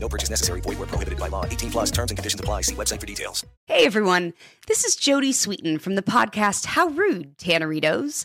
No purchase necessary. Void where prohibited by law. 18 plus terms and conditions apply. See website for details. Hey everyone, this is Jody Sweeten from the podcast How Rude, Tanneritos.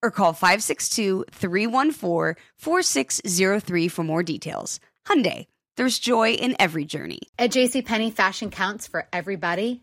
or call 562-314-4603 for more details. Hyundai, there's joy in every journey. At JCPenney, fashion counts for everybody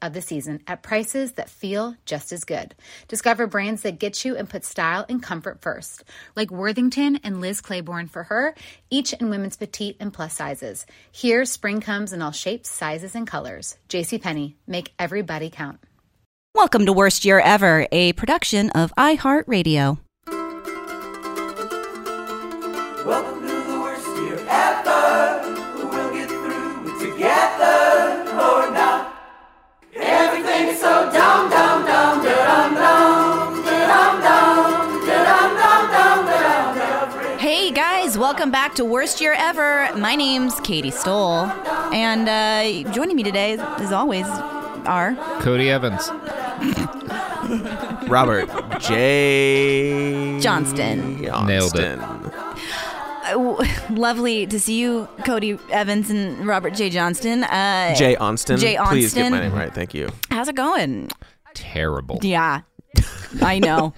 of the season at prices that feel just as good. Discover brands that get you and put style and comfort first, like Worthington and Liz Claiborne for her, each in women's petite and plus sizes. Here, spring comes in all shapes, sizes, and colors. JCPenney, make everybody count. Welcome to Worst Year Ever, a production of iHeartRadio. Welcome to the worst year ever. We'll get through it together Oh, or not. Everything's so dumb, dumb, dumb, da-dum, dumb, da-dum, dumb, da-dum, dumb, dumb, da-dum, dumb. Hey guys, welcome back to Worst Year Ever. My name's Katie Stoll, and uh, joining me today, as always, are Cody Evans. Robert. Jay Johnston. Nailed it. Johnston. Uh, w- lovely to see you, Cody Evans and Robert J. Johnston. Uh, Jay Onston. Jay Please get Onston. my name right. Thank you. how's it going? Terrible. Yeah, I know.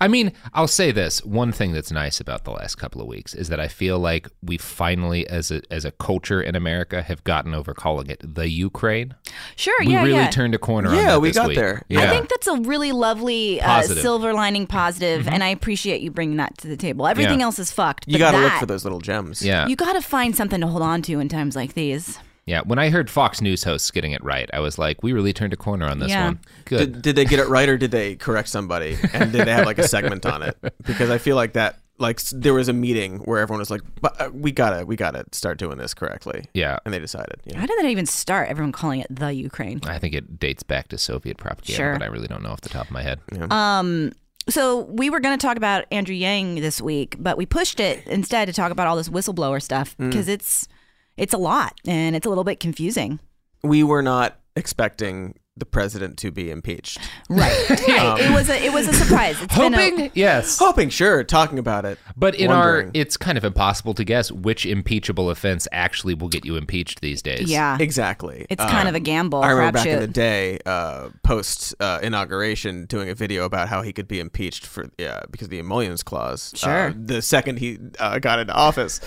I mean, I'll say this. One thing that's nice about the last couple of weeks is that I feel like we finally, as a as a culture in America, have gotten over calling it the Ukraine. Sure, we yeah, really yeah. turned a corner. on Yeah, that we this got week. there. Yeah. I think that's a really lovely uh, Positive. Mm-hmm. silver lining positive, and I appreciate you bringing that to the table. Everything Yeah. else is fucked. You but got to that, look for those little gems. yeah. You got to find something to hold on to in times like these. yeah. When I heard Fox News hosts getting it right, I was like, we really turned a corner on this Yeah. one. Good. Did, did they get it right or did they correct somebody? And did they have like a segment on it? Because I feel like that, like s- there was a meeting where everyone was like, but uh, we gotta, we gotta start doing this correctly. yeah. And they decided. Yeah. How did that even start? Everyone calling it the Ukraine. I think it dates back to Soviet propaganda, Sure. but I really don't know off the top of my head. Um, so we were going to talk about Andrew Yang this week, but we pushed it instead to talk about all this whistleblower stuff Mm. because it's it's a lot and it's a little bit confusing. We were not expecting the president to be impeached. Right. right. It was a it was a surprise. It's been a, Hoping, yes. Um, Hoping, sure, talking about it. But in our, wondering. it's kind of impossible to guess which impeachable offense actually will get you impeached these days. yeah. exactly. Um, It's kind of a gamble. I remember back in crapshoot. the day, uh, post uh, inauguration, doing a video about how he could be impeached for yeah, because of the emoluments clause. Sure. Uh, the second he uh, got into office,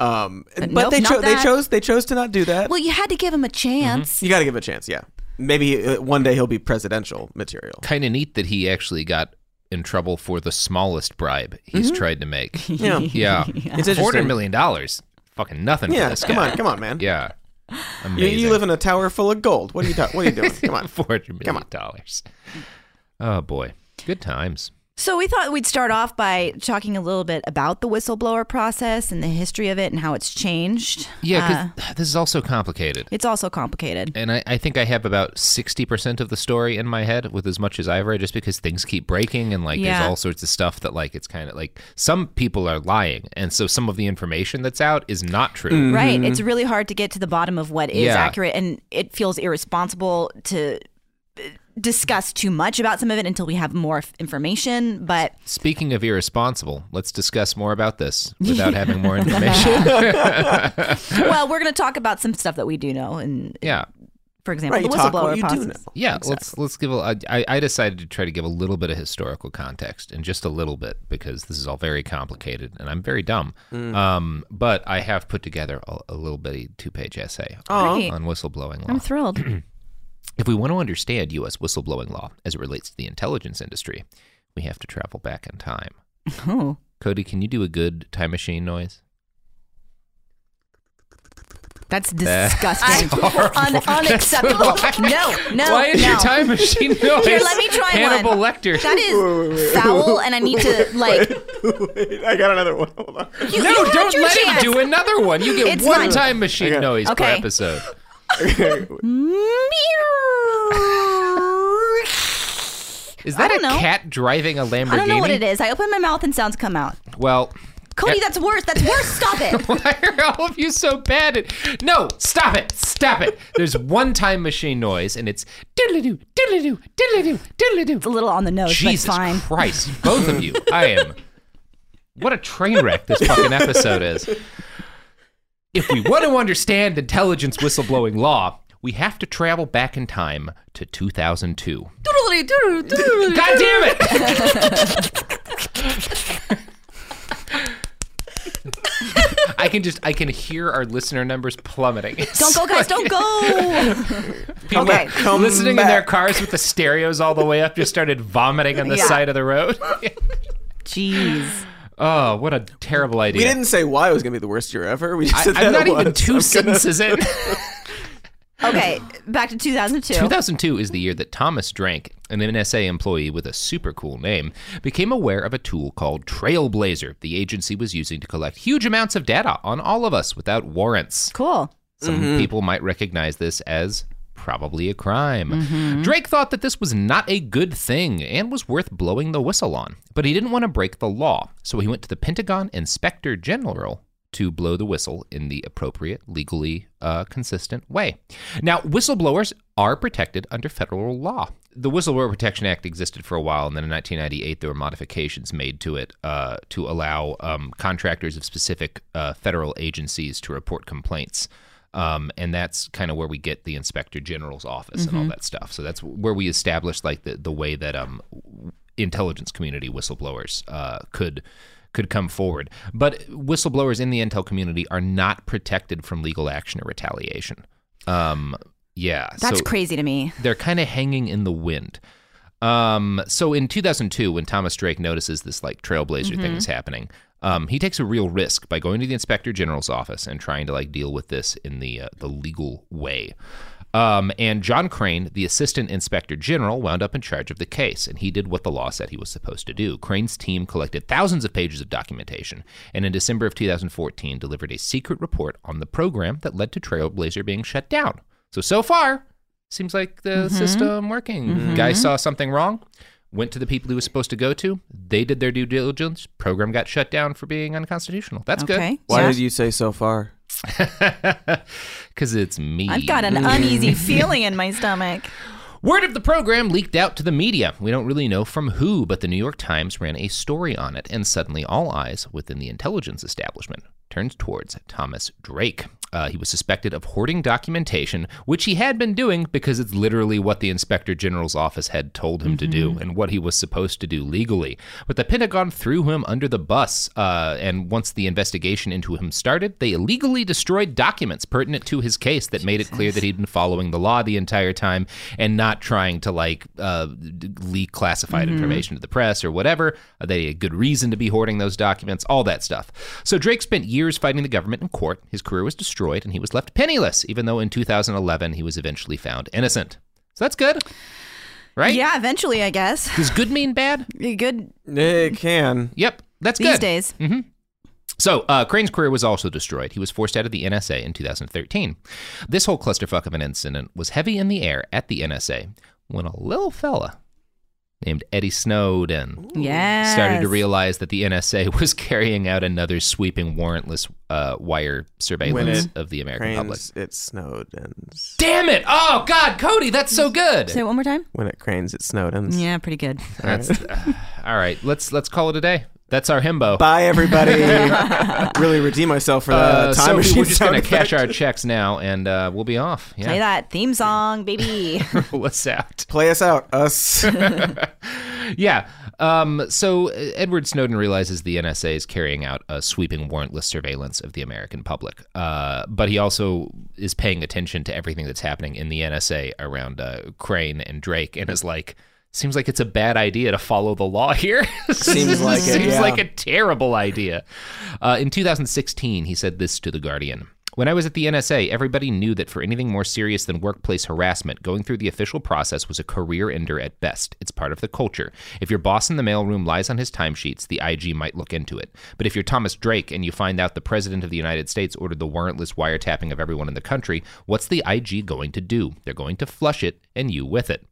um, but nope, they not chose they that. chose they chose to not do that. Well, you had to give him a chance. you got to give it a chance. Yeah, maybe uh, one day he'll be presidential material. Kind of neat that he actually got in trouble for the smallest bribe he's Mm-hmm. tried to make. Yeah, Mm-hmm. Yeah. It's Four hundred interesting. million dollars. Fucking nothing for yeah. this Come guy. on, come on, man. Yeah. You, Amazing. you live in a tower full of gold. What are you ta- What are you doing? Come on. Four hundred Come million on. dollars. Oh boy. Good times. So we thought we'd start off by talking a little bit about the whistleblower process and the history of it and how it's changed. Yeah, Uh, because this is also complicated. it's also complicated. And I, I think I have about 60% of the story in my head with as much as I've read just because things keep breaking and like Yeah. there's all sorts of stuff that like it's kind of like some people are lying. And so some of the information that's out is not true. Right. It's really hard to get to the bottom of what is Mm-hmm. Yeah. accurate, and it feels irresponsible to uh, discuss too much about some of it until we have more f- information. But Speaking of irresponsible, let's discuss more about this without having more information. well, we're going to talk about some stuff that we do know, and yeah. for example, Right, the you talk whistleblower what you do process. know. Yeah, let's let's give a I I decided to try to give a little bit of historical context and just a little bit because this is all very complicated and I'm very dumb. Mm. Um, but I have put together a, a little bitty two page essay on, Great. on whistleblowing law. I'm thrilled. If we want to understand U.S. whistleblowing law as it relates to the intelligence industry, we have to travel back in time. oh, Cody, can you do a good time machine noise? that's disgusting. Un- unacceptable. no, no. Why is no. your time machine noise? Here, let me try Hannibal one. Lecter. That is foul, and I need to like. Wait, I got another one. Hold on. You, no, you had don't your let chance. him do another one. You get It's one fine. time machine noise per Okay. episode. Is that a don't know. cat driving a Lamborghini? I don't know what it is. I open my mouth and sounds come out. Well, Cody, that's worse. That's worse. Stop it. why are all of you so bad at? No, stop it, stop it. There's one time machine noise, and it's diddly doo, diddly doo, diddly doo, diddly doo. It's a little on the nose, Jesus but fine. Christ, both of you. I am. What a train wreck this fucking episode is. If we want to understand intelligence whistleblowing law, we have to travel back in time to 2002. God damn it! I can just I can hear our listener numbers plummeting. Don't go, guys. Don't go. People Okay. Come listening in their back. cars with the stereos all the way up just started vomiting on the Yeah. side of the road. Jeez. oh, what a terrible idea. We didn't say why it was going to be the worst year ever. We just said I, am that not it even was. 2 I'm gonna- sentences in. Okay, back to 2002. 2002 is the year that Thomas Drank, an NSA employee with a super cool name, became aware of a tool called Trailblazer the agency was using to collect huge amounts of data on all of us without warrants. cool. Some people might recognize this as probably a crime. Drake thought that this was not a good thing and was worth blowing the whistle on, but he didn't want to break the law, so he went to the Pentagon Inspector General to blow the whistle in the appropriate, legally uh, consistent way. Now, whistleblowers are protected under federal law. The Whistleblower Protection Act existed for a while, and then in 1998 there were modifications made to it uh, to allow um, contractors of specific uh, federal agencies to report complaints. Um, and that's kind of where we get the inspector general's office and all that stuff. So that's where we established like the, the way that um, intelligence community whistleblowers uh, could could come forward. But whistleblowers in the intel community are not protected from legal action or retaliation. Um, yeah, That's so crazy to me. they're kind of hanging in the wind. Um, so in 2002, when Thomas Drake notices this like trailblazer thing is happening, um, he takes a real risk by going to the inspector general's office and trying to like deal with this in the uh, the legal way. Um, and John Crane, the assistant inspector general, wound up in charge of the case, and he did what the law said he was supposed to do. Crane's team collected thousands of pages of documentation, and in December of 2014, delivered a secret report on the program that led to Trailblazer being shut down. So so far, seems like the Mm-hmm. system working. Guy saw something wrong, went to the people he was supposed to go to. They did their due diligence. Program got shut down for being unconstitutional. That's okay. Why Yeah. did you say so far? good. Because it's me. I've got an uneasy feeling in my stomach. Word of the program leaked out to the media. We don't really know from who, but the New York Times ran a story on it, and suddenly all eyes within the intelligence establishment turned towards Thomas Drake. Uh, he was suspected of hoarding documentation, which he had been doing because it's literally what the inspector general's office had told him to do and what he was supposed to do legally. But the Pentagon threw him under the bus, uh, and once the investigation into him started, they illegally destroyed documents pertinent to his case that made it clear that he'd been following the law the entire time and not trying to like uh, d- leak classified Mm-hmm. information to the press or whatever. Uh, They had good reason to be hoarding those documents, all that stuff. So Drake spent years fighting the government in court. His career was destroyed, and he was left penniless, even though in 2011 he was eventually found innocent. So that's good. right? Yeah, eventually, I guess. Does good mean bad? Good It can. Yep, that's these good. days. So, uh, Crane's career was also destroyed. He was forced out of the NSA in 2013. This whole clusterfuck of an incident was heavy in the air at the NSA when a little fella named Eddie Snowden Yeah. started to realize that the NSA was carrying out another sweeping warrantless uh, wire surveillance of the American public. Cranes, it snowed ends. Damn it! Oh, God, Cody, that's so good! Say it one more time. When it cranes, it snowed ends. Yeah, pretty good. That's, uh, all right, let's let's call it a day. That's our himbo. Bye, everybody. really redeem myself for the Uh, time so machine. we're just sound gonna cash effect. our checks now, and uh, we'll be off. Play Yeah, that theme song, baby. roll us out. Play us out, us. Yeah. Um, so uh, Edward Snowden realizes the NSA is carrying out a sweeping warrantless surveillance of the American public, uh, but he also is paying attention to everything that's happening in the NSA around uh, Crane and Drake, and is like. Seems like it's a bad idea to follow the law here. Seems like it, Seems yeah. like a terrible idea. Uh, in 2016, he said this to The Guardian. When I was at the NSA, everybody knew that for anything more serious than workplace harassment, going through the official process was a career ender at best. It's part of the culture. If your boss in the mailroom lies on his timesheets, the IG might look into it. But if you're Thomas Drake and you find out the President of the United States ordered the warrantless wiretapping of everyone in the country, what's the IG going to do? They're going to flush it, and you with it.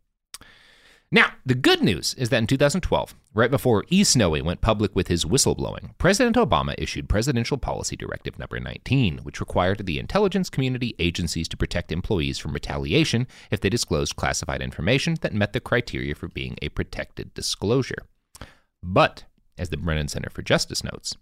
Now, the good news is that in 2012, right before E. Snowy went public with his whistleblowing, President Obama issued Presidential Policy Directive Number 19, which required the intelligence community agencies to protect employees from retaliation if they disclosed classified information that met the criteria for being a protected disclosure. But, as the Brennan Center for Justice notes,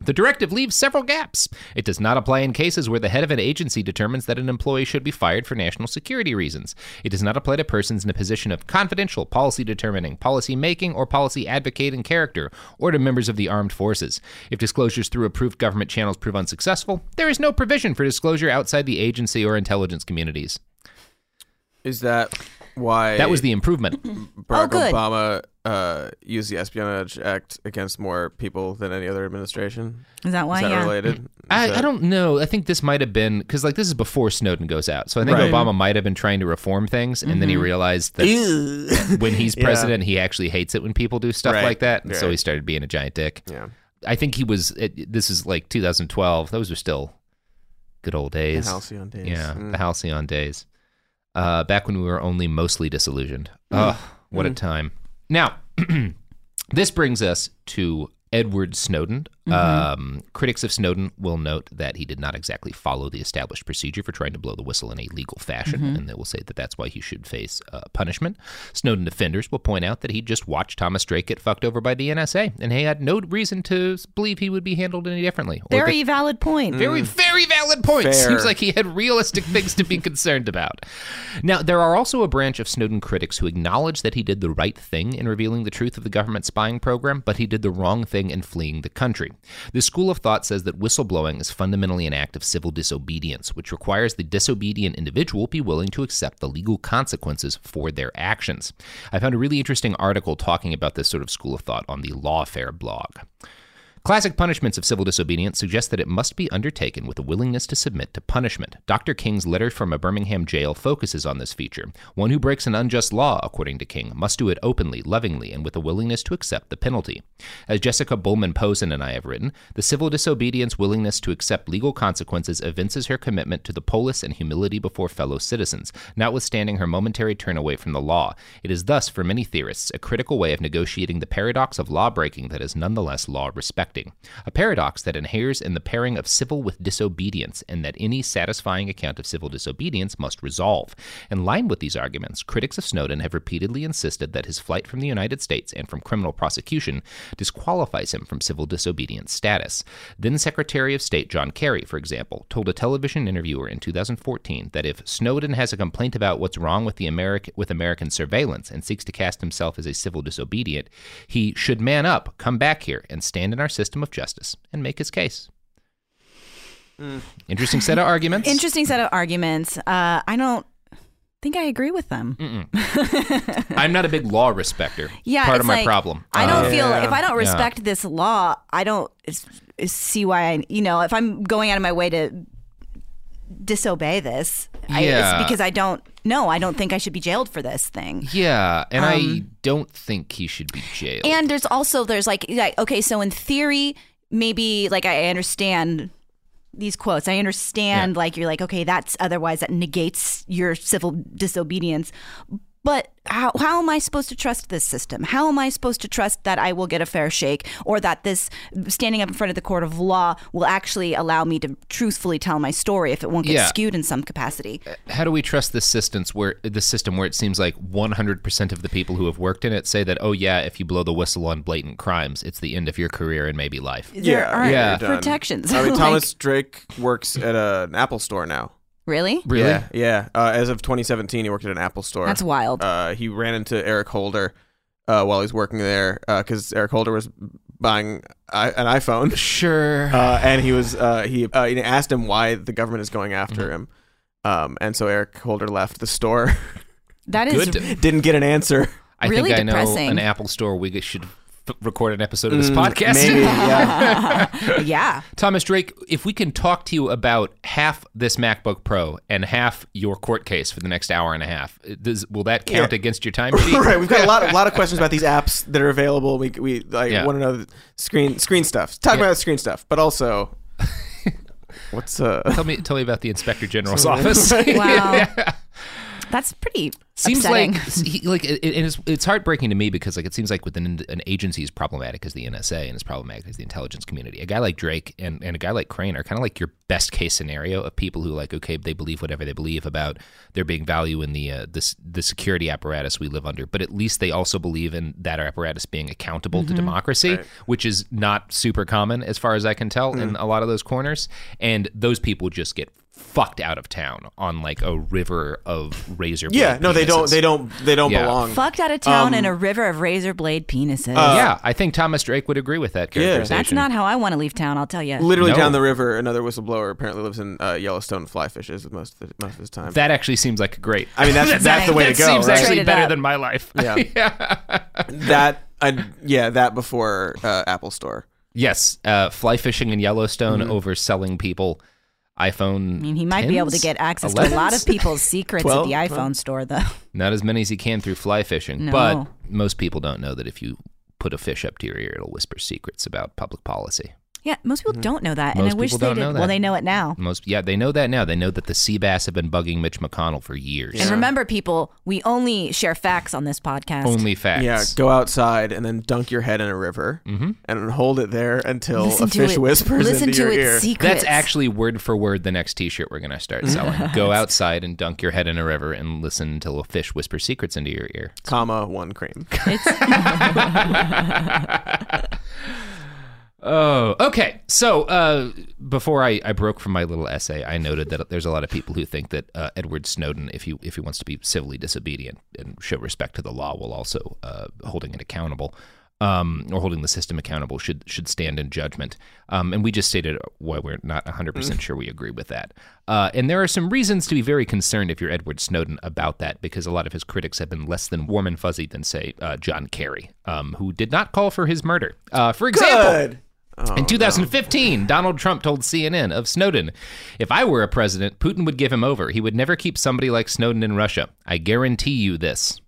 the directive leaves several gaps. It does not apply in cases where the head of an agency determines that an employee should be fired for national security reasons. It does not apply to persons in a position of confidential, policy determining, policy making, or policy advocating character, or to members of the armed forces. If disclosures through approved government channels prove unsuccessful, there is no provision for disclosure outside the agency or intelligence communities. Is that why That was the improvement. Barack Oh, good. Obama uh, used the Espionage Act against more people than any other administration? Is that why? Is that yeah. related? Is I, I that- don't know. I think this might have been because like this is before Snowden goes out, so I think Right. Mm-hmm. Obama might have been trying to reform things, and then he realized that when he's president, he actually hates it when people do stuff Right. like that, and so Right. he started being a giant dick. Yeah. I think he was. It, this is like 2012. Those were still good old days. The Halcyon days. Yeah, Mm. the halcyon days. Uh, back when we were only mostly disillusioned. Ugh, what a time. Now, this brings us to Edward Snowden. Um, critics of Snowden will note that he did not exactly follow the established procedure for trying to blow the whistle in a legal fashion, and they will say that that's why he should face uh, punishment. Snowden defenders will point out that he just watched Thomas Drake get fucked over by the NSA, and he had no reason to believe he would be handled any differently. or that- Very valid point. very, very valid point. Fair. Seems like he had realistic things to be concerned about. Now, there are also a branch of Snowden critics who acknowledge that he did the right thing in revealing the truth of the government spying program, but he did the wrong thing in fleeing the country. This school of thought says that whistleblowing is fundamentally an act of civil disobedience, which requires the disobedient individual be willing to accept the legal consequences for their actions. I found a really interesting article talking about this sort of school of thought on the Lawfare blog. Classic punishments of civil disobedience suggest that it must be undertaken with a willingness to submit to punishment. Dr. King's letter from a Birmingham jail focuses on this feature. One who breaks an unjust law, according to King, must do it openly, lovingly, and with a willingness to accept the penalty. As Jessica Bowman Posen and I have written, the civil disobedience willingness to accept legal consequences evinces her commitment to the polis and humility before fellow citizens, notwithstanding her momentary turn away from the law. It is thus, for many theorists, a critical way of negotiating the paradox of law breaking that is nonetheless law respecting, a paradox that inheres in the pairing of civil with disobedience, and that any satisfying account of civil disobedience must resolve. In line with these arguments, critics of Snowden have repeatedly insisted that his flight from the United States and from criminal prosecution disqualifies him from civil disobedience status. Then Secretary of State John Kerry, for example, told a television interviewer in 2014 that if Snowden has a complaint about what's wrong with the American with American surveillance and seeks to cast himself as a civil disobedient, he should man up, come back here, and stand in our system of justice and make his case. Interesting set of arguments. Interesting set of arguments. Uh, I don't think I agree with them. I'm not a big law respecter. Yeah, part it's of my like, problem. I Uh, don't feel Yeah. if I don't respect this law, I don't s- s- see why I. You know, if I'm going out of my way to disobey this, I, Yeah. it's because I don't no, I don't think I should be jailed for this thing. Yeah, and I don't think he should be jailed. Um, And there's also there's like yeah, okay, so in theory, maybe like I understand these quotes. I understand like you're like okay, that's otherwise that negates your civil disobedience. But how, how am I supposed to trust this system? How am I supposed to trust that I will get a fair shake or that this standing up in front of the court of law will actually allow me to truthfully tell my story if it won't get Yeah. skewed in some capacity? Uh, How do we trust this systems where the system where it seems like 100% of the people who have worked in it say that oh yeah, if you blow the whistle on blatant crimes, it's the end of your career and maybe life. There aren't yeah. you're done. protections. I mean, Like, Thomas Drake works at a, an Apple store now. Really? Really? Yeah, yeah. Uh, as of 2017, he worked at an Apple store. That's wild. Uh, he ran into Eric Holder uh, while he's working there because Eric Holder was buying I- an iPhone, Sure. uh, and he was uh, he uh, he asked him why the government is going Mm-hmm. after him. Um, and so Eric Holder left the store, that is Good. didn't get an answer. I really think I know depressing. an Apple store we should f- record an episode of this podcast. Maybe, yeah. yeah. Thomas Drake, if we can talk to you about half this MacBook Pro and half your court case for the next hour and a half, does, will that count against your time sheet? right, we've got a lot, a lot of questions about these apps that are available. We, we like Yeah. want to know the screen, screen stuff. Talk about screen stuff, but also, what's uh, Tell me, tell me about the Inspector General's office. Wow. That's pretty seems upsetting. like he, like it, it is, it's heartbreaking to me because like it seems like with an, an agency as problematic as the NSA and as problematic as the intelligence community, a guy like Drake and, and a guy like Crane are kind of like your best case scenario of people who like okay they believe whatever they believe about there being value in the uh, this the security apparatus we live under, but at least they also believe in that apparatus being accountable to democracy, which is not super common as far as I can tell in a lot of those corners, and those people just get fucked out of town on like a river of razor yeah? No, they don't, penises. they don't, they don't Yeah. belong. fucked out of town in a Um, river of razor blade penises. uh, yeah, I think Thomas Drake would agree with that characterization. That's not how I want to leave town. I'll tell you. Literally No. down the river, another whistleblower apparently lives in uh, Yellowstone fly fishes most of the, most of his time. That actually seems like a great. I mean, that's that's, the way that to go. seems right? actually Straight it better up. than my life. Yeah. that I, yeah, that before uh, Apple Store. yes, uh, fly fishing in Yellowstone Mm-hmm. over selling people iPhone. I mean, he might be able to get access to a lot of people's secrets Twelve? at the iPhone store, though. Not as many as he can through fly fishing, No. but most people don't know that if you put a fish up to your ear, it'll whisper secrets about public policy. Yeah, most people don't know that, Mm-hmm. Most and I wish people they don't did. know that. Well, they know it now. Most, yeah, they know that now. They know that the sea bass have been bugging Mitch McConnell for years. And remember, people, we only share facts on this podcast. Only facts. Mm-hmm. Yeah, go outside and then dunk your head in a river and hold it there until listen a fish to it. whispers listen into to its your ear. secrets. That's actually word for word the next T-shirt we're gonna start selling. Go outside and dunk your head in a river and listen until a fish whispers secrets into your ear. comma one cream. Oh, okay. So uh, before I, I broke from my little essay, I noted that there's a lot of people who think that uh, Edward Snowden, if he if he wants to be civilly disobedient and show respect to the law, while also uh, holding it accountable. Um, or holding the system accountable should should stand in judgment, um, and we just stated why we're not 100 percent sure we agree with that. Uh, and there are some reasons to be very concerned if you're Edward Snowden about that, because a lot of his critics have been less than warm and fuzzy than say uh, John Kerry, um, who did not call for his murder. Uh, for example, Good. in 2015, Donald Trump told CNN of Snowden, If I were a president, Putin would give him over. He would never keep somebody like Snowden in Russia. I guarantee you this.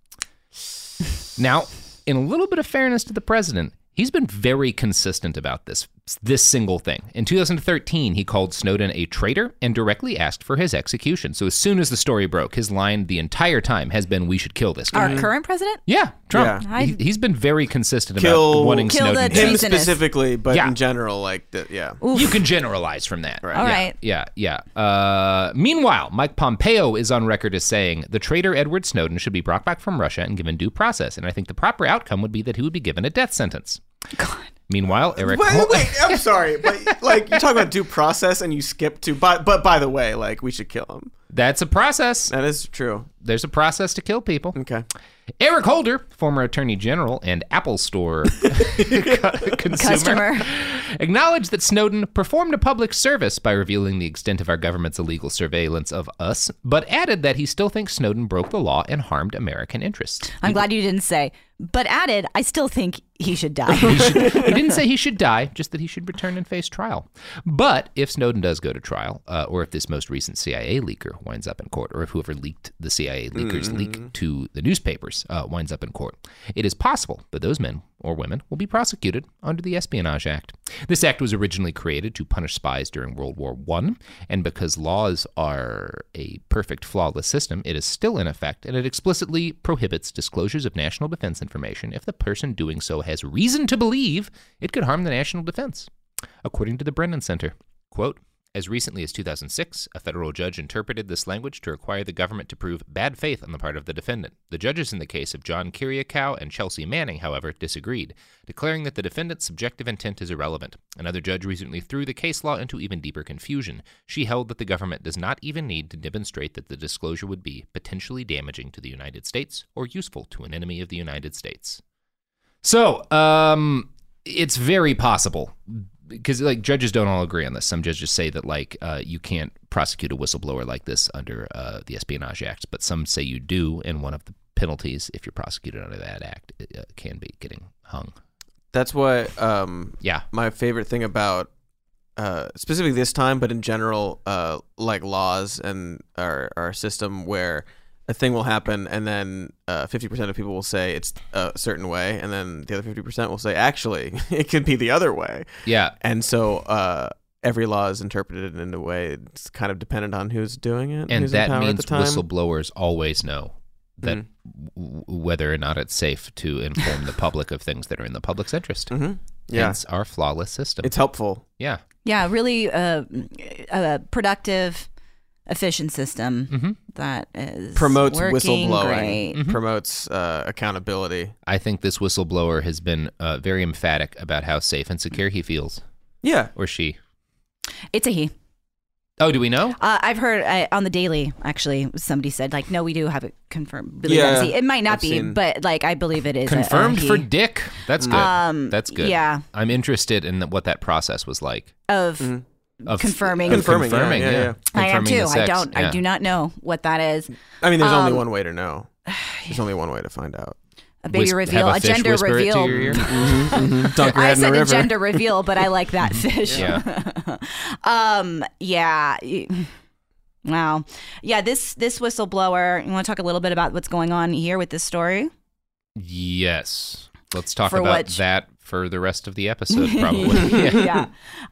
Now, in a little bit of fairness to the president, he's been very consistent about this this single thing. In 2013, he called Snowden a traitor and directly asked for his execution. So as soon as the story broke, his line the entire time has been, "We should kill this guy." our current president. yeah, Trump. Yeah. I- He, has been very consistent Kill- about wanting Kill the Snowden. dead. Treasonous. Him specifically, but Yeah. in general, like the, yeah. You can generalize from that. Right. All yeah, right. Yeah, yeah. Uh, meanwhile, Mike Pompeo is on record as saying the traitor Edward Snowden should be brought back from Russia and given due process. And I think the proper outcome would be that he would be given a death sentence. God. Meanwhile, Eric. Wait, Hol- wait, I'm sorry, but like you talk about due process and you skip to, but but by the way, like we should kill him. That's a process. That is true. There's a process to kill people. Okay. Eric Holder, former attorney general and Apple Store consumer, Customer. acknowledged that Snowden performed a public service by revealing the extent of our government's illegal surveillance of us, but added that he still thinks Snowden broke the law and harmed American interests. I'm glad you didn't say, but added, I still think he should die. He should, he didn't say he should die, just that he should return and face trial. But if Snowden does go to trial, uh, or if this most recent CIA leaker winds up in court, or if whoever leaked the CIA leaker's leak to the newspapers uh, winds up in court, it is possible that those men or women will be prosecuted under the Espionage Act. This act was originally created to punish spies during World War One, and because laws are a perfect, flawless system, it is still in effect, and it explicitly prohibits disclosures of national defense information if the person doing so has reason to believe it could harm the national defense, according to the Brennan Center. Quote, as recently as 2006, a federal judge interpreted this language to require the government to prove bad faith on the part of the defendant. The judges in the case of John Kiriakou and Chelsea Manning, however, disagreed, declaring that the defendant's subjective intent is irrelevant. Another judge recently threw the case law into even deeper confusion. She held that the government does not even need to demonstrate that the disclosure would be potentially damaging to the United States or useful to an enemy of the United States. So, um, it's very possible because like judges don't all agree on this. Some judges say that like uh, you can't prosecute a whistleblower like this under uh, the Espionage Act, but some say you do, and one of the penalties if you're prosecuted under that act uh, can be getting hung. That's what um, Yeah, my favorite thing about uh, specifically this time, but in general, uh, like laws and our, our system where a thing will happen and then uh, 50% of people will say it's a certain way and then the other 50% will say actually it could be the other way yeah. and so uh, every law is interpreted in a way it's kind of dependent on who's doing it and who's in that power means at the time. Mm. whistleblowers always know that w- w- whether or not it's safe to inform the public of things that are in the public's interest. Mm-hmm. Yeah. Hence our flawless system. it's helpful yeah. Yeah, really uh, a productive, efficient system Mm-hmm. that is promotes working whistleblowing great. promotes uh, accountability I think this whistleblower has been uh, very emphatic about how safe and secure he feels yeah or she. Mm-hmm. It's a he. Oh, do we know? Uh, I've heard uh, on the daily actually somebody said like, no, we do have it confirmed. Believe Yeah, that's he. it might not I've be, seen- but like I believe it is a- a Confirmed for he. Dick. That's good. Um, That's good. yeah. I'm interested in what that process was like. of Mm-hmm. Of Confirming. of Confirming, yeah, confirming, yeah, yeah. I am Mm. Confirming too. the I sex, don't. I yeah. do not know what that is. i mean there's only Um, one way to know there's only one way to find out A baby Whis- reveal. have A, fish gender whisper it to reveal. your ear? Mm-hmm, Dunk I said a gender reveal, but I like that fish. Yeah. um. Yeah. Wow. Yeah. This this whistleblower. You want to talk a little bit about what's going on here with this story? Yes. Let's talk For about which- that for the rest of the episode, probably. yeah. yeah.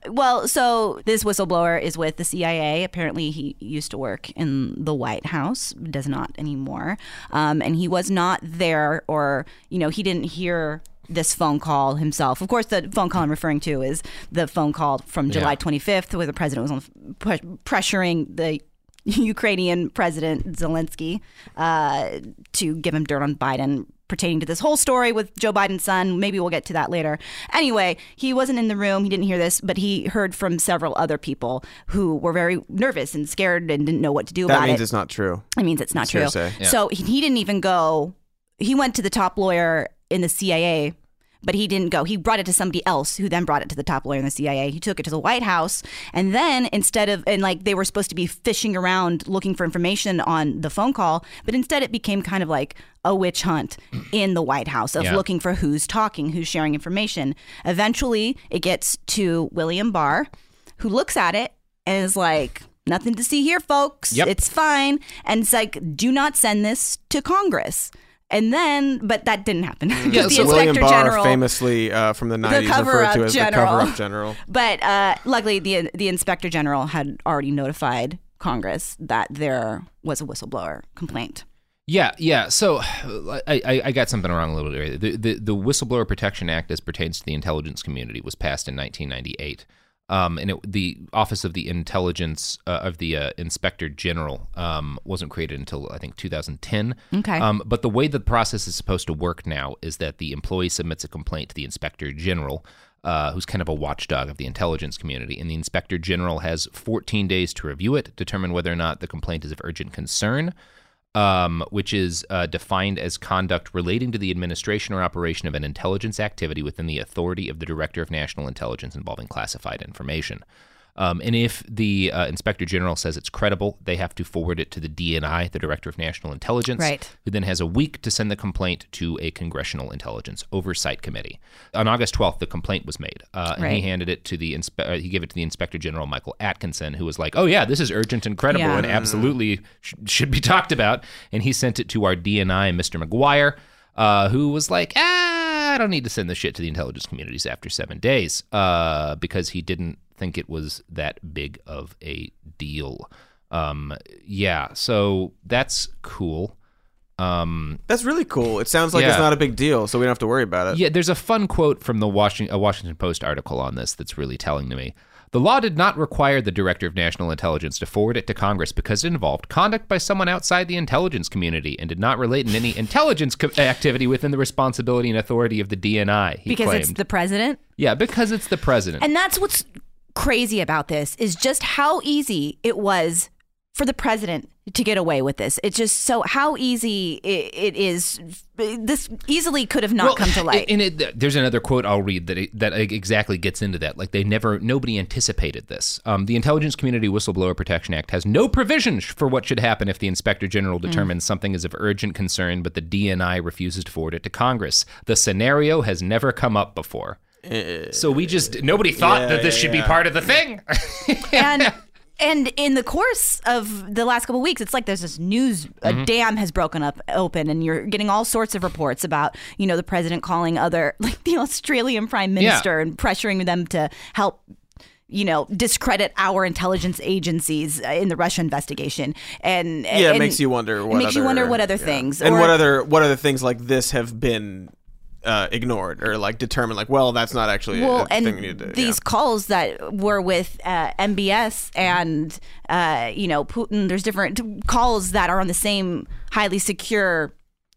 Well, so this whistleblower is with the CIA. Apparently, he used to work in the White House, does not anymore. Um, and he was not there, or, you know, he didn't hear this phone call himself. Of course, the phone call I'm referring to is the phone call from July 25th where the president was on, pres- pressuring the Ukrainian President Zelensky uh, to give him dirt on Biden pertaining to this whole story with Joe Biden's son. Maybe we'll get to that later. Anyway, he wasn't in the room. He didn't hear this, but he heard from several other people who were very nervous and scared and didn't know what to do that about means it. it's not true It means it's not It's true. hearsay. Yeah. So he, he didn't even go. He went to the top lawyer in the CIA, but he didn't go. He brought it to somebody else, who then brought it to the top lawyer in the CIA. He took it to the White House, and then instead of and like they were supposed to be fishing around looking for information on the phone call, but instead it became kind of like a witch hunt in the White House of Yeah. looking for who's talking, who's sharing information. Eventually, it gets to William Barr, who looks at it and is like. Nothing to see here, folks. Yep. It's fine. And it's like, do not send this to Congress. And then, but that didn't happen. Mm. Yeah, the so Inspector William Barr, General. famously uh, from the 90s, referred cover-up to as general. the cover-up general. But uh, luckily, the the Inspector General had already notified Congress that there was a whistleblower complaint. Yeah, yeah. So I, I, I got something wrong a little bit. earlier. The, the the Whistleblower Protection Act, as pertains to the intelligence community, was passed in 1998, um, and it, the Office of the Intelligence uh, of the uh, Inspector General um, wasn't created until I think 2010. Okay. Um, but the way the process is supposed to work now is that the employee submits a complaint to the Inspector General. Uh, who's kind of a watchdog of the intelligence community, and the inspector general has 14 days to review it, determine whether or not the complaint is of urgent concern, um, which is uh, defined as conduct relating to the administration or operation of an intelligence activity within the authority of the Director of National Intelligence involving classified information. Um, and if the uh, inspector general says it's credible, they have to forward it to the DNI, the Director of National Intelligence, Right. who then has a week to send the complaint to a Congressional Intelligence Oversight Committee. On August 12th, the complaint was made, uh, and he Right. handed it to the inspe- uh, he gave it to the Inspector General Michael Atkinson, who was like, "Oh yeah, this is urgent and credible Yeah. and absolutely sh- should be talked about." And he sent it to our DNI, Mr. McGuire, uh, who was like, "Ah, I don't need to send this shit to the intelligence communities after seven days," uh, because he didn't think it was that big of a deal. Um, yeah, so that's cool. Um, That's really cool. It sounds like it's Yeah. not a big deal, so we don't have to worry Uh, about it. yeah, there's a fun quote from the Washington, a Washington Post article on this that's really telling to me. The law did not require the Director of National Intelligence to forward it to Congress because it involved conduct by someone outside the intelligence community and did not relate in any intelligence co- activity within the responsibility and authority of the DNI. He because claimed. it's the president. yeah, because it's the president. And that's what's crazy about this is just how easy it was for the president to get away with this. It's just so how easy it, it is. This easily could have not Well, come to light. And it, there's another quote I'll read that that exactly gets into that. Like they never, nobody anticipated this. Um, the Intelligence Community Whistleblower Protection Act has no provision sh- for what should happen if the Inspector General determines something is of urgent concern, but the DNI refuses to forward it to Congress. The scenario has never come up before. So we just nobody thought that this should be part of the thing. and and in the course of the last couple of weeks, it's like there's this news Mm-hmm. a dam has broken up open, and you're getting all sorts of reports about you know the president calling other like the Australian prime minister and pressuring them to help. You know, discredit our intelligence agencies uh, in the Russia investigation, and, Yeah, it and- makes you wonder. What makes other, you wonder what other yeah. things and or- what other what other things like this have been uh, ignored or like determined. Like, well, that's not actually a- well, a and thing we need to. these calls that were with uh, MBS and uh, you know Putin. There's different calls that are on the same highly secure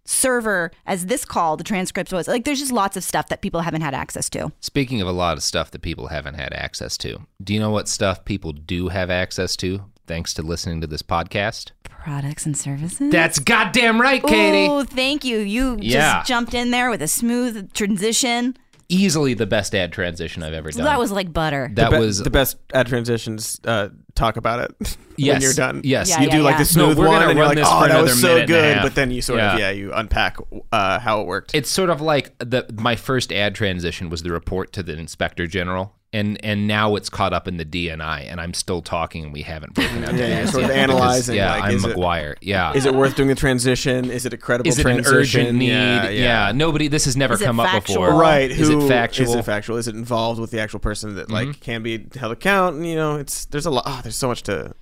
server as this call. The transcript was like there's just lots of stuff that people haven't had access to. Speaking of a lot of stuff that people haven't had access to, do you know what stuff people do have access to thanks to listening to this podcast? Products and services. That's goddamn right, Katie. Oh, thank you. You Yeah. just jumped in there with a smooth transition. Easily the best ad transition I've ever done. That was like butter. that the be- was the best ad transitions. Uh, talk about it when Yes. you're done. Yes. Yeah, you yeah, do like yeah. the No, smooth we're one, gonna and you're run like, this oh, for that another was minute so and a good. half. But then you sort of Yeah. yeah, you unpack uh, how it worked. It's sort of like the my first ad transition was the report to the inspector general, and and now it's caught up in the DNI, and I'm still talking, and we haven't broken out. the yeah, you're ads sort of yet because, analyzing, Yeah, like, I'm is it- McGuire. yeah. is it worth doing the transition? Is it a credible Is it an transition? urgent need? Yeah, Yeah, yeah. nobody. This has never Is it come up factual? before. Right. Is who- it factual? Mm-hmm. Is it factual? Is it involved with the actual person that like can be held account? And, you know, it's there's a lot. Oh, there's so much to.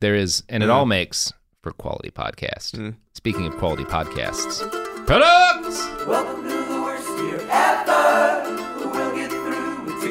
There is, and it all makes for quality podcast. Mm. Speaking of quality podcasts, products. Welcome to the worst year ever. We'll get through it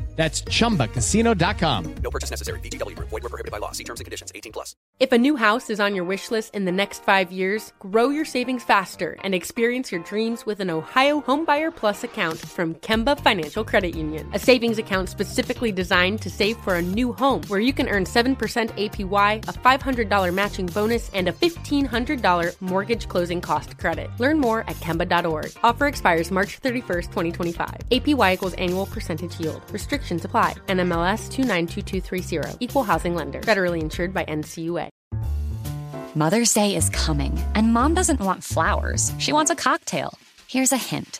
That's chumbacasino.com. If a new house is on your wish list in the next five years, grow your savings faster and experience your dreams with an Ohio Homebuyer Plus account from Kemba Financial Credit Union. A savings account specifically designed to save for a new home where you can earn 7% APY, a $500 matching bonus, and a $1,500 mortgage closing cost credit. Learn more at Kemba.org. Offer expires March 31st, 2025. APY equals annual percentage yield. Restrictions apply. NMLS 292230. Equal housing lender. Federally insured by NCUA. Mother's Day is coming, and mom doesn't want flowers. She wants a cocktail. Here's a hint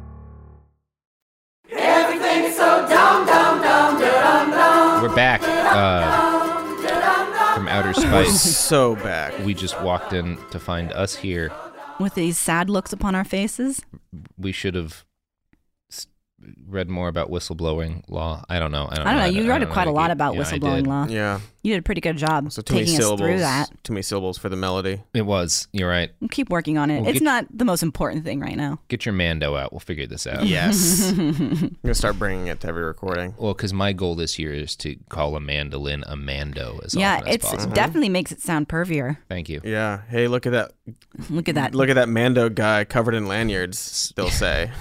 Everything's so dumb, dumb, dumb, dum, dum. We're back uh, from outer space. so back. we just walked in to find us here. with these sad looks upon our faces. We should have s- read more about whistleblowing law. I don't know. Oh, I don't, I don't know. You read don't quite a I lot did- about yeah, I whistleblowing did. law. Yeah. You did a pretty good job So too many taking us syllables. through that. Too many syllables for the melody. It was. You're right. We'll keep working on it. We'll it's get- not the most important thing right now. Get your Mando out. We'll figure this out. Yes. I'm gonna start bringing it to every recording. Well, because my goal this year is to call a mandolin a mando as yeah, often as it's possible. definitely makes it sound pervier. Thank you. Yeah. Hey, look at that. Look at that. Look at that Mando guy covered in lanyards. They'll say.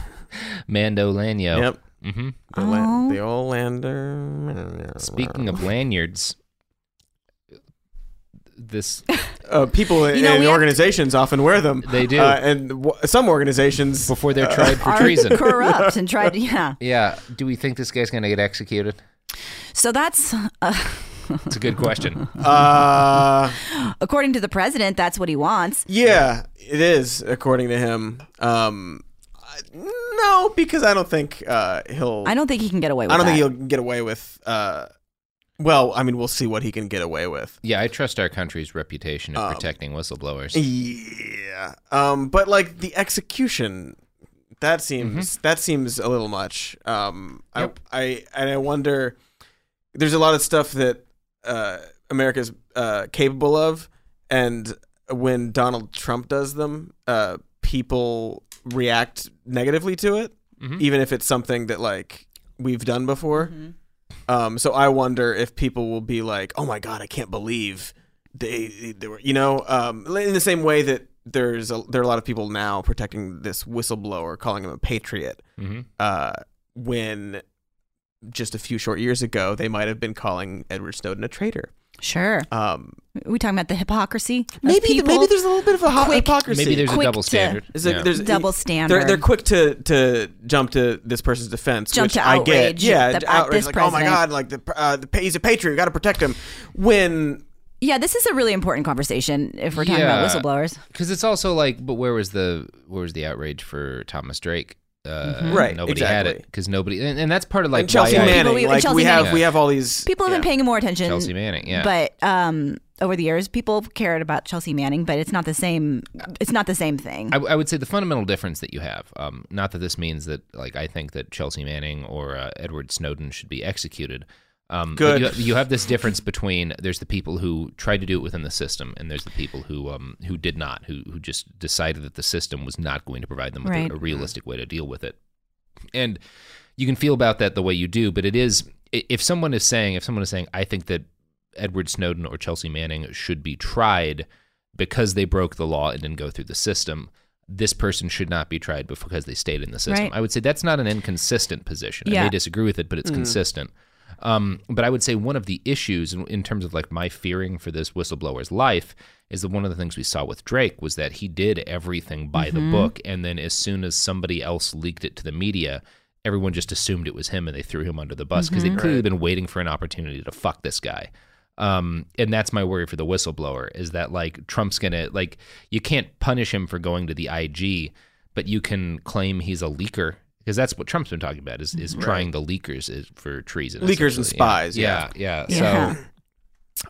Mando Lanyo. Yep. Mm-hmm. The, la- Oh. the old lander. Speaking of lanyards, this uh, people You know, we and have organizations often wear them. They do. Uh, and w- some organizations. before they're tried for Are treason. corrupt and tried to, yeah. yeah. Do we think this guy's going to get executed? So that's, uh, It's a good question. Uh, according to the president, that's what he wants. yeah, it is according to him. Um, I- no, because I don't think uh, he'll. I don't think he can get away with I don't think that. he'll get away with. Uh, well, I mean, we'll see what he can get away with. Yeah, I trust our country's reputation Um, of protecting whistleblowers. Yeah. Um, but like the execution, that seems that seems a little much. Um, Yep. I, I and I wonder. There's a lot of stuff that uh, America's uh, capable of, and when Donald Trump does them, uh, people react negatively to it, even if it's something that like we've done before. Um, so I wonder if people will be like, "Oh my god, I can't believe they, they, were," you know, um, in the same way that there's a, there are a lot of people now protecting this whistleblower, calling him a patriot, Mhm. uh, when just a few short years ago they might have been calling Edward Snowden a traitor. Sure. Um, we talking about the hypocrisy? of maybe people? maybe there's a little bit of a ho- quick- hypocrisy. Maybe there's a Quick double to- standard. There's a- Yeah. there's- e, Double They're, they're standard. quick to, to jump to this person's defense, Jump which to I get. outrage Yeah, that- j- at outrage, this like, oh my president." god, like the uh, the he's a patriot, we got to protect him. When yeah, this is a really important conversation if we're talking Yeah. about whistleblowers. Because it's also like, but where was the where was the outrage for Thomas Drake? Uh, Mm-hmm. Right, Nobody had it exactly. because nobody, and, and that's part of like and Chelsea why I- Manning, we- like Chelsea we have Manning. we have all these People have yeah. been paying more attention. Chelsea Manning, yeah. But um, over the years, people have cared about Chelsea Manning, but it's not the same. It's not the same thing. I, I would say the fundamental difference that you have, um, not that this means that, like, I think that Chelsea Manning or uh, Edward Snowden should be executed. Um, but Good. You, you have this difference between there's the people who tried to do it within the system, and there's the people who um, who did not, who who just decided that the system was not going to provide them with Right. a, a realistic way to deal with it. And you can feel about that the way you do, but it is i- if someone is saying if someone is saying I think that Edward Snowden or Chelsea Manning should be tried because they broke the law and didn't go through the system. This person should not be tried because they stayed in the system. Right. I would say that's not an inconsistent position. I Yeah. may disagree with it, but it's consistent. Um, but I would say one of the issues in, in terms of like my fearing for this whistleblower's life is that one of the things we saw with Drake was that he did everything by the book, and then as soon as somebody else leaked it to the media, everyone just assumed it was him and they threw him under the bus because they'd clearly been waiting for an opportunity to fuck this guy. Um, and that's my worry for the whistleblower is that like Trump's gonna like you can't punish him for going to the IG, but you can claim he's a leaker because that's what Trump's been talking about is is trying the leakers is, for treason, Mm, Leakers and essentially. Yeah. spies, yeah. yeah, yeah. Yeah. So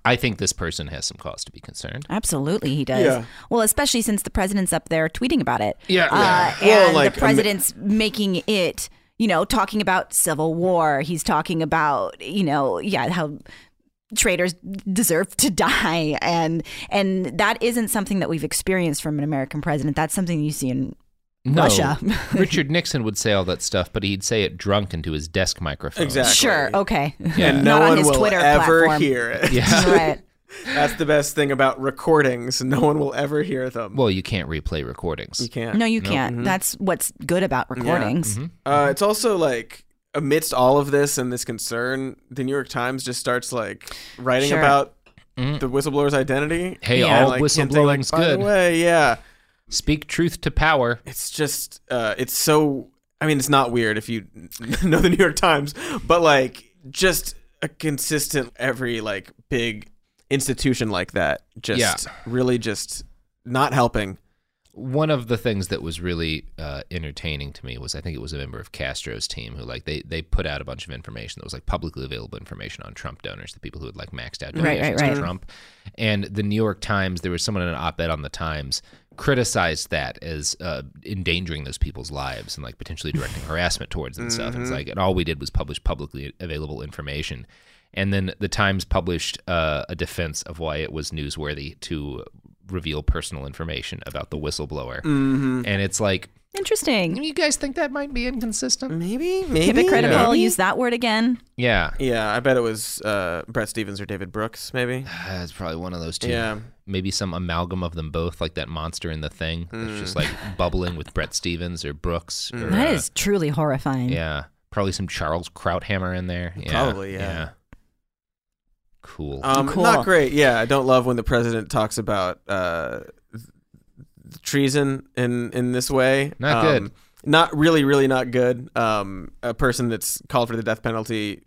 I think this person has some cause to be concerned. Absolutely, he does. Yeah. Well, especially since the president's up there tweeting about it. Yeah. Uh, Yeah. Well, and like, the I mean- president's making it, you know, talking about civil war. He's talking about, you know, yeah, how traitors deserve to die, and and that isn't something that we've experienced from an American president. That's something you see in No, Russia. Richard Nixon would say all that stuff, but he'd say it drunk into his desk microphone. Exactly. sure, okay, Yeah. and no Not on one his will Twitter ever platform. hear it. Yeah. right. That's the best thing about recordings. No one will ever hear them. Well, you can't replay you recordings. can't. No, you can't. Mm-hmm. That's what's good about recordings. Uh, it's also like amidst all of this and this concern, the New York Times just starts like writing Sure. about the whistleblower's identity. Mm-hmm. Hey, Yeah. And, all like, hinting, like, whistleblowing's By the good. way, yeah. Speak truth to power. It's just uh, it's so. I mean, it's not weird if you know the New York Times, but like just a consistent every like big institution like that just Yeah. really just not helping. One of the things that was really uh, entertaining to me was I think it was a member of Castro's team who like they they put out a bunch of information that was like publicly available information on Trump donors, the people who had like maxed out Right, donations right, to right. Trump, and the New York Times. There was someone in an op-ed on the Times criticized that as uh, endangering those people's lives and like potentially directing harassment towards them and stuff. And it's like, and all we did was publish publicly available information. And then the Times published uh, a defense of why it was newsworthy to reveal personal information about the whistleblower. And it's like, Interesting. you guys think that might be inconsistent? Maybe, maybe Hypocritical. Yeah. Use that word again. Yeah. Yeah, I bet it was uh, Brett Stevens or David Brooks, maybe. Uh, it's probably one of those two. Yeah. Maybe some amalgam of them both, like that monster in the thing that's just like Mm. bubbling with Brett Stevens or Brooks. Or, That uh, is truly horrifying. Yeah. Probably some Charles Krauthammer in there. Yeah, Probably, yeah. Cool. Um, Cool. Not great. Yeah, I don't love when the president talks about uh, th- treason in in this way. Not Um, good. Not really, really not good. Um, a person that's called for the death penalty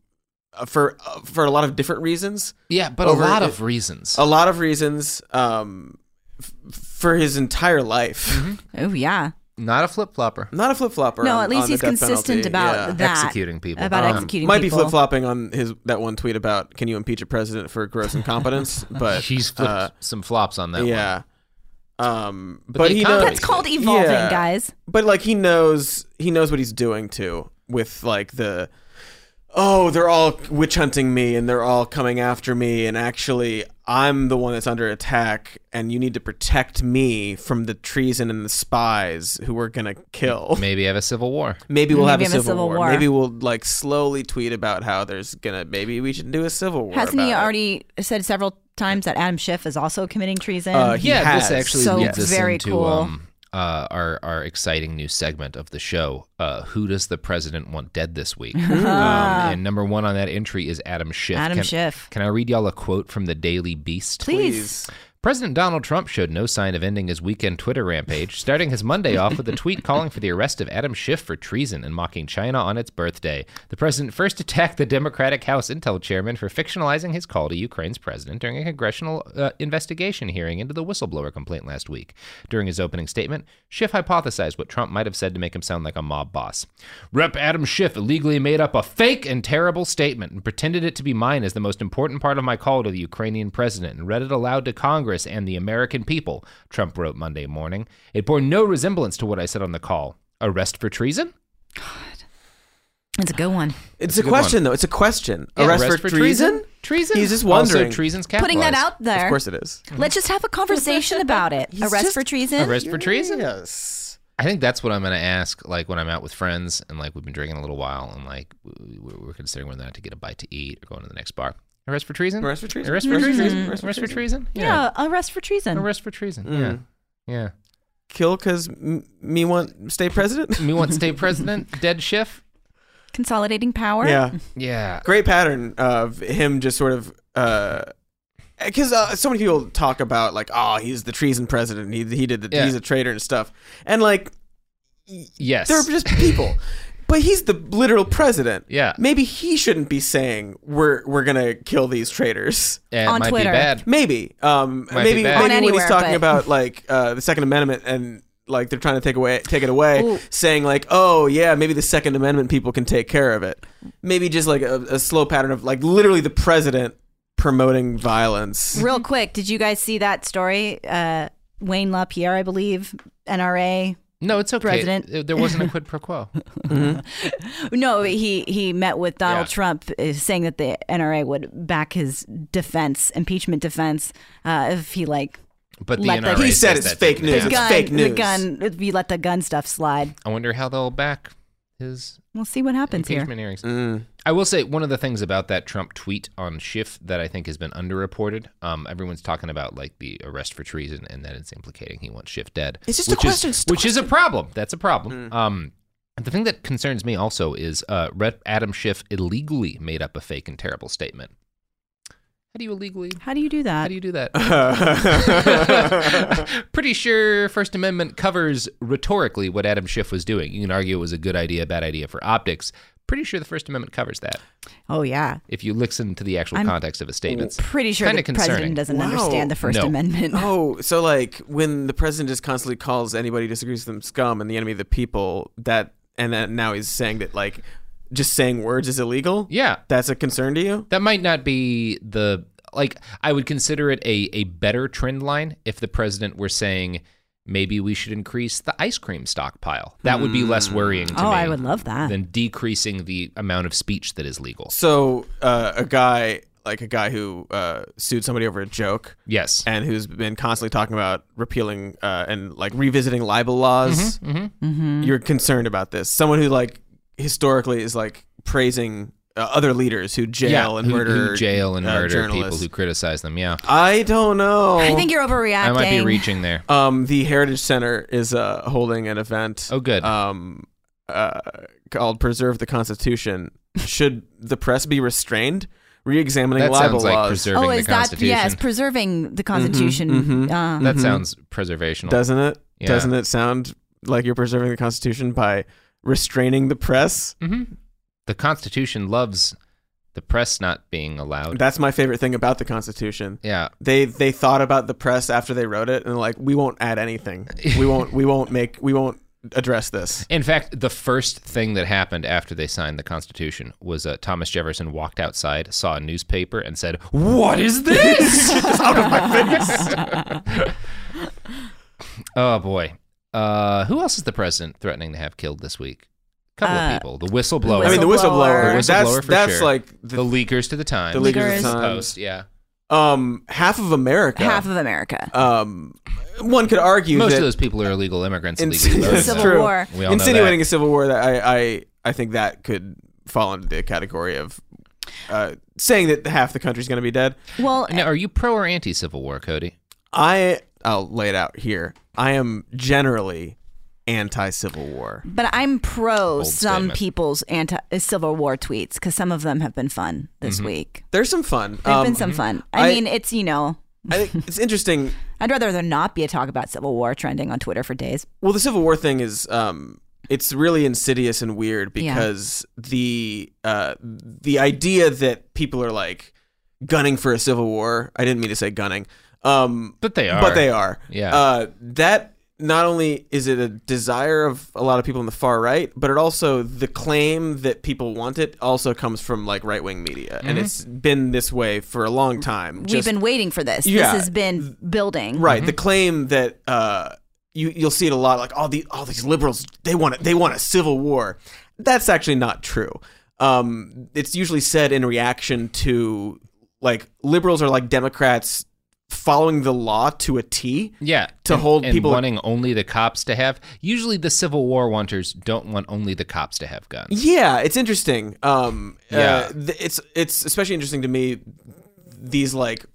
uh, for uh, for a lot of different reasons. yeah, but over a lot it- Oh. of reasons. A lot of reasons. Um, f- for his entire life. Mm-hmm. Oh yeah. Not a flip flopper. Not a flip flopper. no, on- at least on the he's death consistent penalty. about Yeah. that. Executing people. Uh, About Um, executing Might be people. flip flopping on his that one tweet about can you impeach a president for gross incompetence? But He's flipped uh, some flops on that one. yeah. Um, but, the he economy- knows. That's called evolving, Yeah. guys. But like he knows, he knows what he's doing too. With like the, oh, they're all witch hunting me, and they're all coming after me, and actually, I'm the one that's under attack, and you need to protect me from the treason and the spies who we're gonna kill. Maybe have a civil war. Maybe we'll have Maybe a civil, war. Maybe we'll like slowly tweet about how there's gonna. Maybe we should do a civil war. Hasn't he about it. already said several times that Adam Schiff is also committing treason? Uh, he yeah, has. this actually So leads us very into cool. um, uh, our our exciting new segment of the show. Uh, who does the president want dead this week? um, and number one on that entry is Adam Schiff. Ah. Adam can, Schiff. Can I read y'all a quote from the Daily Beast? Please. President Donald Trump showed no sign of ending his weekend Twitter rampage, starting his Monday off with a tweet calling for the arrest of Adam Schiff for treason and mocking China on its birthday. The president first attacked the Democratic House Intel chairman for fictionalizing his call to Ukraine's president during a congressional uh, investigation hearing into the whistleblower complaint last week. During his opening statement, Schiff hypothesized what Trump might have said to make him sound like a mob boss. Rep. Adam Schiff illegally made up a fake and terrible statement and pretended it to be mine as the most important part of my call to the Ukrainian president and read it aloud to Congress and the American people, Trump wrote Monday morning. It bore no resemblance to what I said on the call. Arrest for treason? That's a good one. It's That's a a good one. question, though. It's a question. Yeah, arrest, for, treason? Treason? He's just Also, wondering. treason's Putting that capitalized. out there. Of course it is. Let's just have a conversation about it. He's Arrest just- for treason. Arrest for treason? Yes. I think that's what I'm going to ask, like when I'm out with friends and like we've been drinking a little while and like we- we're, we're considering whether or not to get a bite to eat or going to the next bar. Arrest for treason? Arrest for treason. Arrest for treason? Arrest for treason? yeah. arrest for treason. Arrest for treason. Mm. Yeah. Yeah. Kill because m- me want stay president? Me want state president, dead Schiff. Consolidating power. yeah. Yeah. Great pattern of him just sort of. Because uh, so many people talk about, like, oh, he's the treason president. He, he did the, Yeah. He's a traitor and stuff. And, like, Yes. they're just people. But he's the literal president. Yeah. Maybe he shouldn't be saying we're we're gonna kill these traitors. And it On might Twitter. Be bad. Maybe. Um, Might be maybe bad. maybe when On he's anywhere, talking but- about like uh, the Second Amendment and like they're trying to take away take it away, saying like, oh yeah, maybe the Second Amendment people can take care of it. Maybe just like a, a slow pattern of like literally the president promoting violence. Real quick, did you guys see that story? Uh, Wayne LaPierre, I believe, NRA. No, it's okay. President. It- There wasn't a quid pro quo. No, he he met with Donald Yeah. Trump, uh, saying that the NRA would back his defense, impeachment defense, uh, if he like But the Let the- NRA He says said it's that, fake didn't it? news. the It's gun, fake the news. gun, if you let the gun stuff slide. I wonder how they'll back his We'll see what happens here. engagement earrings. Mm. I will say one of the things about that Trump tweet on Schiff that I think has been underreported. Um, everyone's talking about like the arrest for treason and that it's implicating he wants Schiff dead. It's just a which question, Is, it's just a which is a problem. That's a problem. Um, the thing that concerns me also is uh, Rep. Adam Schiff illegally made up a fake and terrible statement. How do you illegally? How do you do that? How do you do that? Pretty sure First Amendment covers rhetorically what Adam Schiff was doing. You can argue it was a good idea, bad idea for optics. Pretty sure the First Amendment covers that oh yeah. if you listen to the actual I'm context of his statements. Pretty sure Kinda the president concerning. doesn't Wow. understand the First No. Amendment. Oh, so like when the president just constantly calls anybody who disagrees with them scum and the enemy of the people, that and then now he's saying that like just saying words is illegal? Yeah. That's a concern to you? That might not be the like I would consider it a, a better trend line if the president were saying maybe we should increase the ice cream stockpile. That would be less worrying to Oh, me I would love that. than decreasing the amount of speech that is legal. So uh, a guy like a guy who uh, sued somebody over a joke Yes. and who's been constantly talking about repealing uh, and like revisiting libel laws. Mm-hmm. Mm-hmm. You're concerned about this. Someone who like historically is like praising uh, other leaders who jail and who- who murder jail and uh, murder people journalists. who criticize them. Yeah. I don't know. I think you're overreacting. I might be reaching there. um, the Heritage Center is uh, holding an event. Oh, good. Um, uh, called "Preserve the Constitution." Should the press be restrained? Re-examining That libel sounds like laws preserving Oh, the is that Constitution. yes? Mm-hmm, Preserving the Constitution. Uh, That sounds preservational. doesn't it? Yeah. Doesn't it sound like you're preserving the Constitution by restraining the press? the Constitution loves the press not being allowed. That's my favorite thing about the Constitution. yeah. They they thought about the press after they wrote it and they're like we won't add anything. We won't we won't make we won't address this. In fact, the first thing that happened after they signed the Constitution was uh, Thomas Jefferson walked outside, saw a newspaper, and said, "What is this? it's out of my face!" oh boy. Uh, who else is the president threatening to have killed this week? A couple of people. The whistleblower. Uh, I mean the whistleblower. Whistleblower. The that's whistleblower for that's sure. like the, the, leakers to the Times. the leaders Leakers. of the times. Post. Yeah. Um half of America. Half of America. um one could argue Most that of those people are illegal immigrants. in- illegally voting. that's Civil true. War. We all know Insinuating that. a civil war that I, I I think that could fall into the category of uh, saying that half the country's going to be dead. well, Now, are you pro or anti Civil War, Cody? I I'll lay it out here. I am generally anti Civil War. but I'm pro Bold some statement. people's anti uh, Civil War tweets because some of them have been fun this Mm-hmm. week. There's some fun. They've Um, been some fun. I, I- mean, it's you know, I think it's interesting. I'd rather there not be a talk about Civil War trending on Twitter for days. Well, the Civil War thing is um, it's really insidious and weird Yeah. because the uh, the idea that people are like gunning for a civil war. I didn't mean to say gunning. Um, But they are. But they are. Yeah. Uh, that not only is it a desire of a lot of people in the far right, but it also the claim that people want it also comes from like right wing media, and it's been this way for a long time. Mm-hmm. We've Just- been waiting for this. Yeah. This has been building. right. The claim that uh, you you'll see it a lot, like all the all these liberals they want it, they want a civil war. That's actually not true. Um, it's usually said in reaction to like liberals are like Democrats following the law to a T. Yeah, to and- hold and people- wanting only the cops to have. Usually, the Civil War wanters don't want only the cops to have guns. Yeah, it's interesting. Um, Yeah. yeah, th- it's it's especially interesting to me these like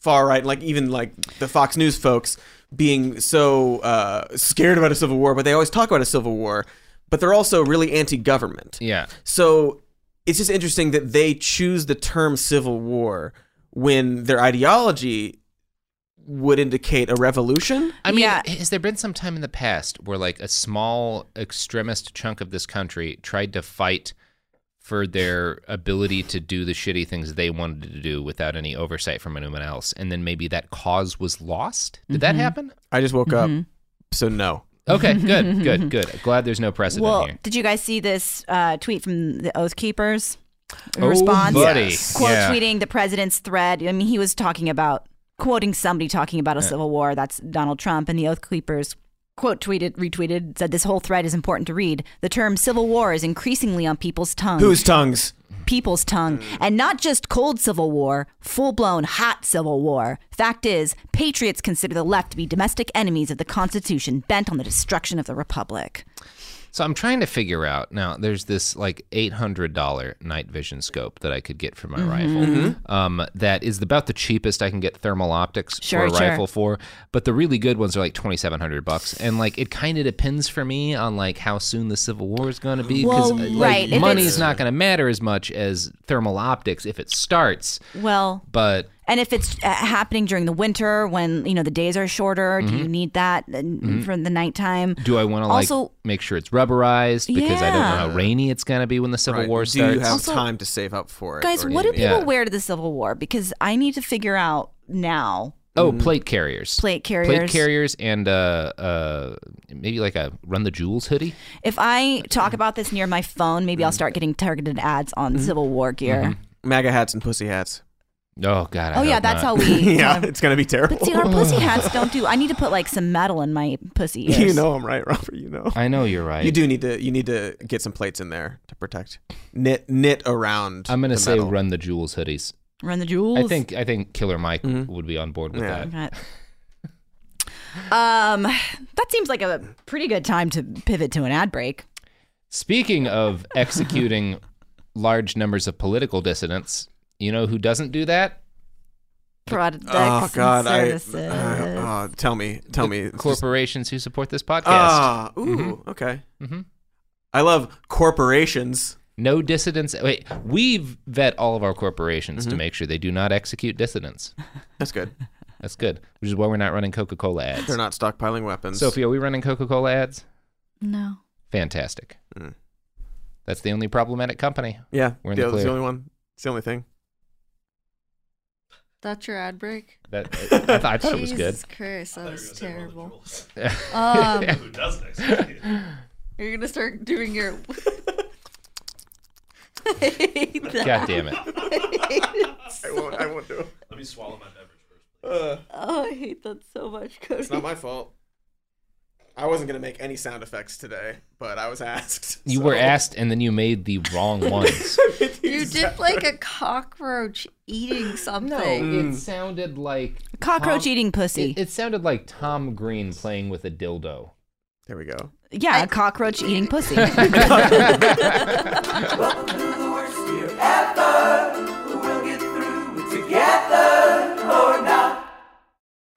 far right, like even like the Fox News folks being so uh, scared about a civil war, but they always talk about a civil war, but they're also really anti-government. Yeah, So it's just interesting that they choose the term civil war when their ideology would indicate a revolution. I mean, Yeah. has there been some time in the past where like a small extremist chunk of this country tried to fight for their ability to do the shitty things they wanted to do without any oversight from anyone else, and then maybe that cause was lost? Did Mm-hmm. that happen? I just woke up, so no. Okay, good, good, good. Glad there's no precedent Well, here. did you guys see this uh, tweet from the Oath Keepers? Oh, Response. buddy. Yes. Quote Yeah. tweeting the president's thread. I mean, he was talking about quoting somebody talking about a civil war. That's Donald Trump and the Oath Keepers. Quote tweeted, retweeted, said this whole thread is important to read. The term civil war is increasingly on people's tongues. Whose tongues? people's tongue, and not just cold civil war, full blown hot civil war. Fact is, patriots consider the left to be domestic enemies of the Constitution, bent on the destruction of the republic. So I'm trying to figure out now. There's this like $800 night vision scope that I could get for my Mm-hmm. rifle. Mm-hmm. Um, that is about the cheapest I can get thermal optics Sure, for a sure. rifle for. But the really good ones are like 2,700 bucks, and like it kind of depends for me on like how soon the Civil War is going to be. Well, like, right, if money it's- is not going to matter as much as thermal optics if it starts. Well, But and if it's uh, happening during the winter when you know the days are shorter, do you need that uh, for the nighttime? do I want to like Also- make sure it's rubberized because I don't know how Yeah. rainy it's going to be when the Civil Right. War Do you starts? have Also- time to save up for it? Guys, or what do you need- people Yeah. wear to the Civil War? Because I need to figure out now. oh, Mm. plate carriers. Plate carriers. Plate carriers and uh, uh, maybe like a Run the Jewels hoodie. If I talk about this near my phone, maybe I'll start getting targeted ads on Civil War gear. MAGA hats and pussy hats? Oh God. I Oh yeah, hope that's how not. we. um, yeah, it's gonna be terrible. But see, our pussy hats don't do. I need to put like some metal in my pussy ears. you know I'm right, Robert. You know. I know you're right. You do need to you need to get some plates in there to protect. Knit knit around. I'm gonna the say metal. Run the Jewels hoodies. run the jewels. I think I think Killer Mike would be on board with Yeah. that. Okay. Um, that seems like a pretty good time to pivot to an ad break. Speaking of executing large numbers of political dissidents, you know who doesn't do that? Products Oh God! and I, services. uh, oh, tell me, tell me. It's just- Corporations who support this podcast. Ah, ooh, okay. Mhm. I love corporations. No dissidents. Wait, we vet all of our corporations to make sure they do not execute dissidents. That's good. That's good, which is why we're not running Coca Cola ads. They're not stockpiling weapons. Sophie, are we running Coca Cola ads? no. Fantastic. Mm. That's the only problematic company. yeah, We're in yeah, the that's the clear. only one. It's the only thing. That's your ad break. That I, th- I thought it was good. Jesus Christ, that was terrible. Um, You're gonna start doing your. I hate that. God damn it! I won't. I won't do it. Oh, I hate that so much, Cody. It's not my fault. I wasn't gonna make any sound effects today, but I was asked. You so- were asked, and then you made the wrong ones. You did like a cockroach eating something. Mm. it sounded like Cockroach eating pussy. It, it sounded like Tom Green playing with a dildo. There we go. yeah, cockroach eating pussy. Mm-hmm. The worst year ever. We'll get through it together or not.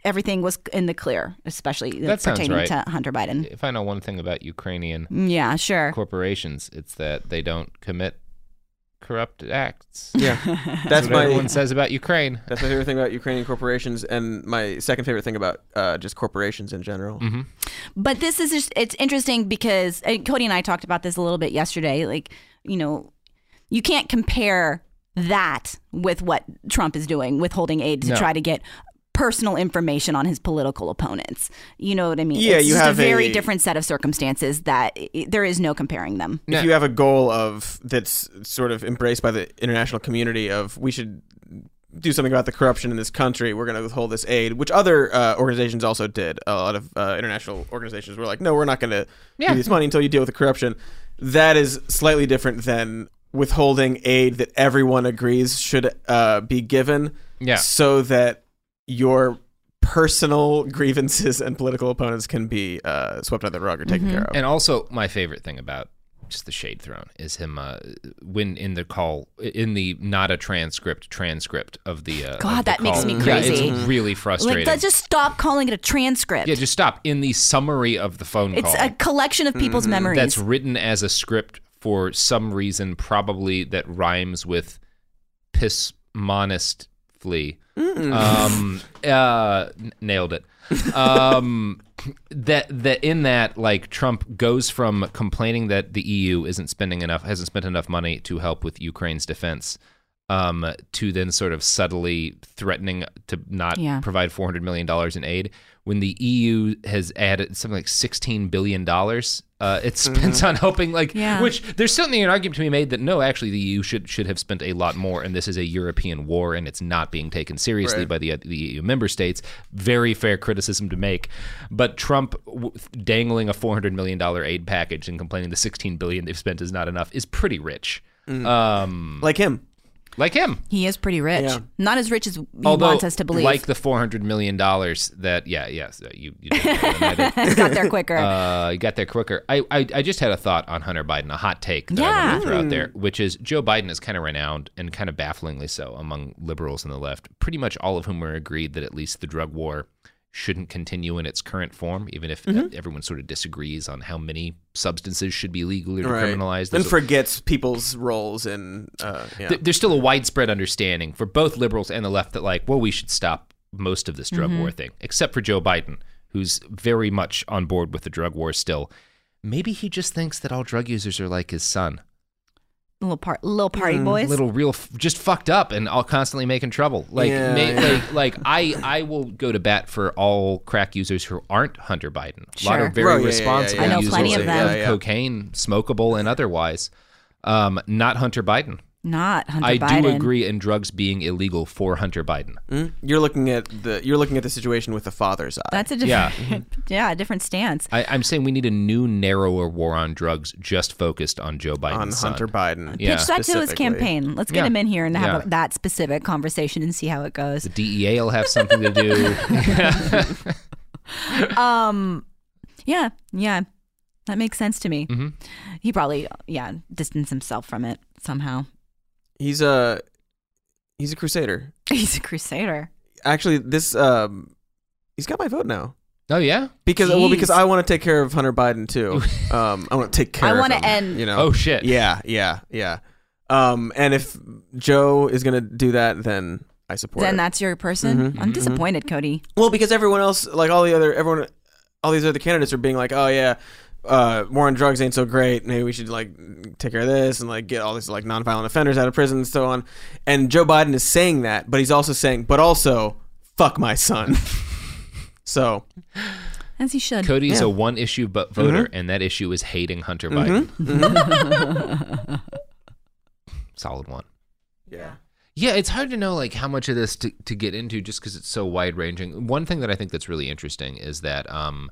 everything was in the clear, especially That sounds pertaining right. to Hunter Biden. if I know one thing about Ukrainian Yeah, sure. corporations, it's that they don't commit corrupt acts. Yeah. that's, That's what my- everyone says about Ukraine. That's my favorite thing about Ukrainian corporations, and my second favorite thing about uh, just corporations in general. Mm-hmm. But this is just, it's interesting because uh, Cody and I talked about this a little bit yesterday. Like, you know, you can't compare that with what Trump is doing, withholding aid to No. try to get personal information on his political opponents. You know what I mean? Yeah, it's you just have a very a- different set of circumstances that i i- there is no comparing them. If you have a goal of that's sort of embraced by the international community of we should do something about the corruption in this country, we're going to withhold this aid, which other uh, organizations also did. A lot of uh, international organizations were like, no, we're not going to Yeah. give you this money until you deal with the corruption. That is slightly different than withholding aid that everyone agrees should uh, be given, Yeah. so that your personal grievances and political opponents can be uh, swept under the rug or taken care of. Mm-hmm. And also, my favorite thing about just the shade thrown is him uh, when in the call in the not a transcript transcript of the uh, God, of the that makes call. me Yeah, crazy. it's really frustrating. Like, let's just stop calling it a transcript. yeah, just stop in the summary of the phone it's call. Mm-hmm. a collection of people's memories. That's written as a script for some reason, probably that rhymes with piss monist flea. Mm. Um, uh, n- nailed it. Um, that that in that like Trump goes from complaining that the EU isn't spending enough, hasn't spent enough money to help with Ukraine's defense. Um, to then sort of subtly threatening to not Yeah. provide four hundred million dollars in aid when the EU has added something like sixteen billion dollars. Uh, it spends on helping, like Yeah. which there's certainly an argument to be made that no, actually the EU should should have spent a lot more, and this is a European war, and it's not being taken seriously Right. by the uh, the EU member states. Very fair criticism to make, but Trump w- dangling a four hundred million dollar aid package and complaining the sixteen billion they've spent is not enough is pretty rich. Um, like him, like him. he is pretty rich. Yeah. Not as rich as he Although, wants us to believe. like the four hundred million dollars that, yeah, yes, uh, you, you did better than I did. Got there quicker. Uh, you got there quicker. I, I, I just had a thought on Hunter Biden, a hot take that I wanted to Yeah. throw out there, Hmm. Mm. which is Joe Biden is kind of renowned and kind of bafflingly so among liberals and the left, pretty much all of whom are agreed that at least the drug war shouldn't continue in its current form, even if Mhm. everyone sort of disagrees on how many substances should be legally Right. decriminalized. and There's a- forgets people's roles in. Uh, yeah. th- there's still a widespread understanding for both liberals and the left that like, well, we should stop most of this drug Mhm. war thing, except for Joe Biden, who's very much on board with the drug war still. Maybe he just thinks that all drug users are like his son, little, par- little party Mm, boys. little real, f- just fucked up and all constantly making trouble. Like, Yeah, may- yeah. like, like I, I will go to bat for all crack users who aren't Hunter Biden. A lot Sure. of very Right, yeah, yeah, responsible yeah, yeah. I know users plenty of them. cocaine, smokable and otherwise. Um, not Hunter Biden. Not Hunter I Biden. do agree in drugs being illegal for Hunter Biden. Mm? You're looking at the you're looking at the situation with the father's eye. That's a Yeah. different, yeah, a different stance. I, I'm saying we need a new, narrower war on drugs just focused on Joe Biden. On Hunter Biden. Yeah. Pitch that to his campaign. Let's get Yeah. him in here and have Yeah. a, that specific conversation and see how it goes. The DEA will have something to do. um, yeah, yeah, that makes sense to me. Mhm. He probably, yeah, distanced himself from it somehow. He's a he's a crusader. He's a crusader. Actually, this um he's got my vote now. Oh yeah, Because well, because Jeez. I want to take care of Hunter Biden too. Um, I want to take care. I of wanna him, end- You know. Oh, shit. Yeah, yeah, yeah. Um, and if Joe is gonna do that, then I support. Then it. that's your person. Mhm, I'm mhm, disappointed, Cody. Well, because everyone else, like all the other everyone, all these other candidates are being like, oh yeah, uh, war on drugs ain't so great. Maybe we should like take care of this and like get all these like nonviolent offenders out of prison and so on. And Joe Biden is saying that, but he's also saying, but also fuck my son. so As he should. Cody's Yeah. Mm-hmm. a one issue but voter, and that issue is hating Hunter Biden. Solid one. Mm-hmm. yeah, Yeah, it's hard to know like how much of this to, to get into just because it's so wide ranging. One thing that I think that's really interesting is that um,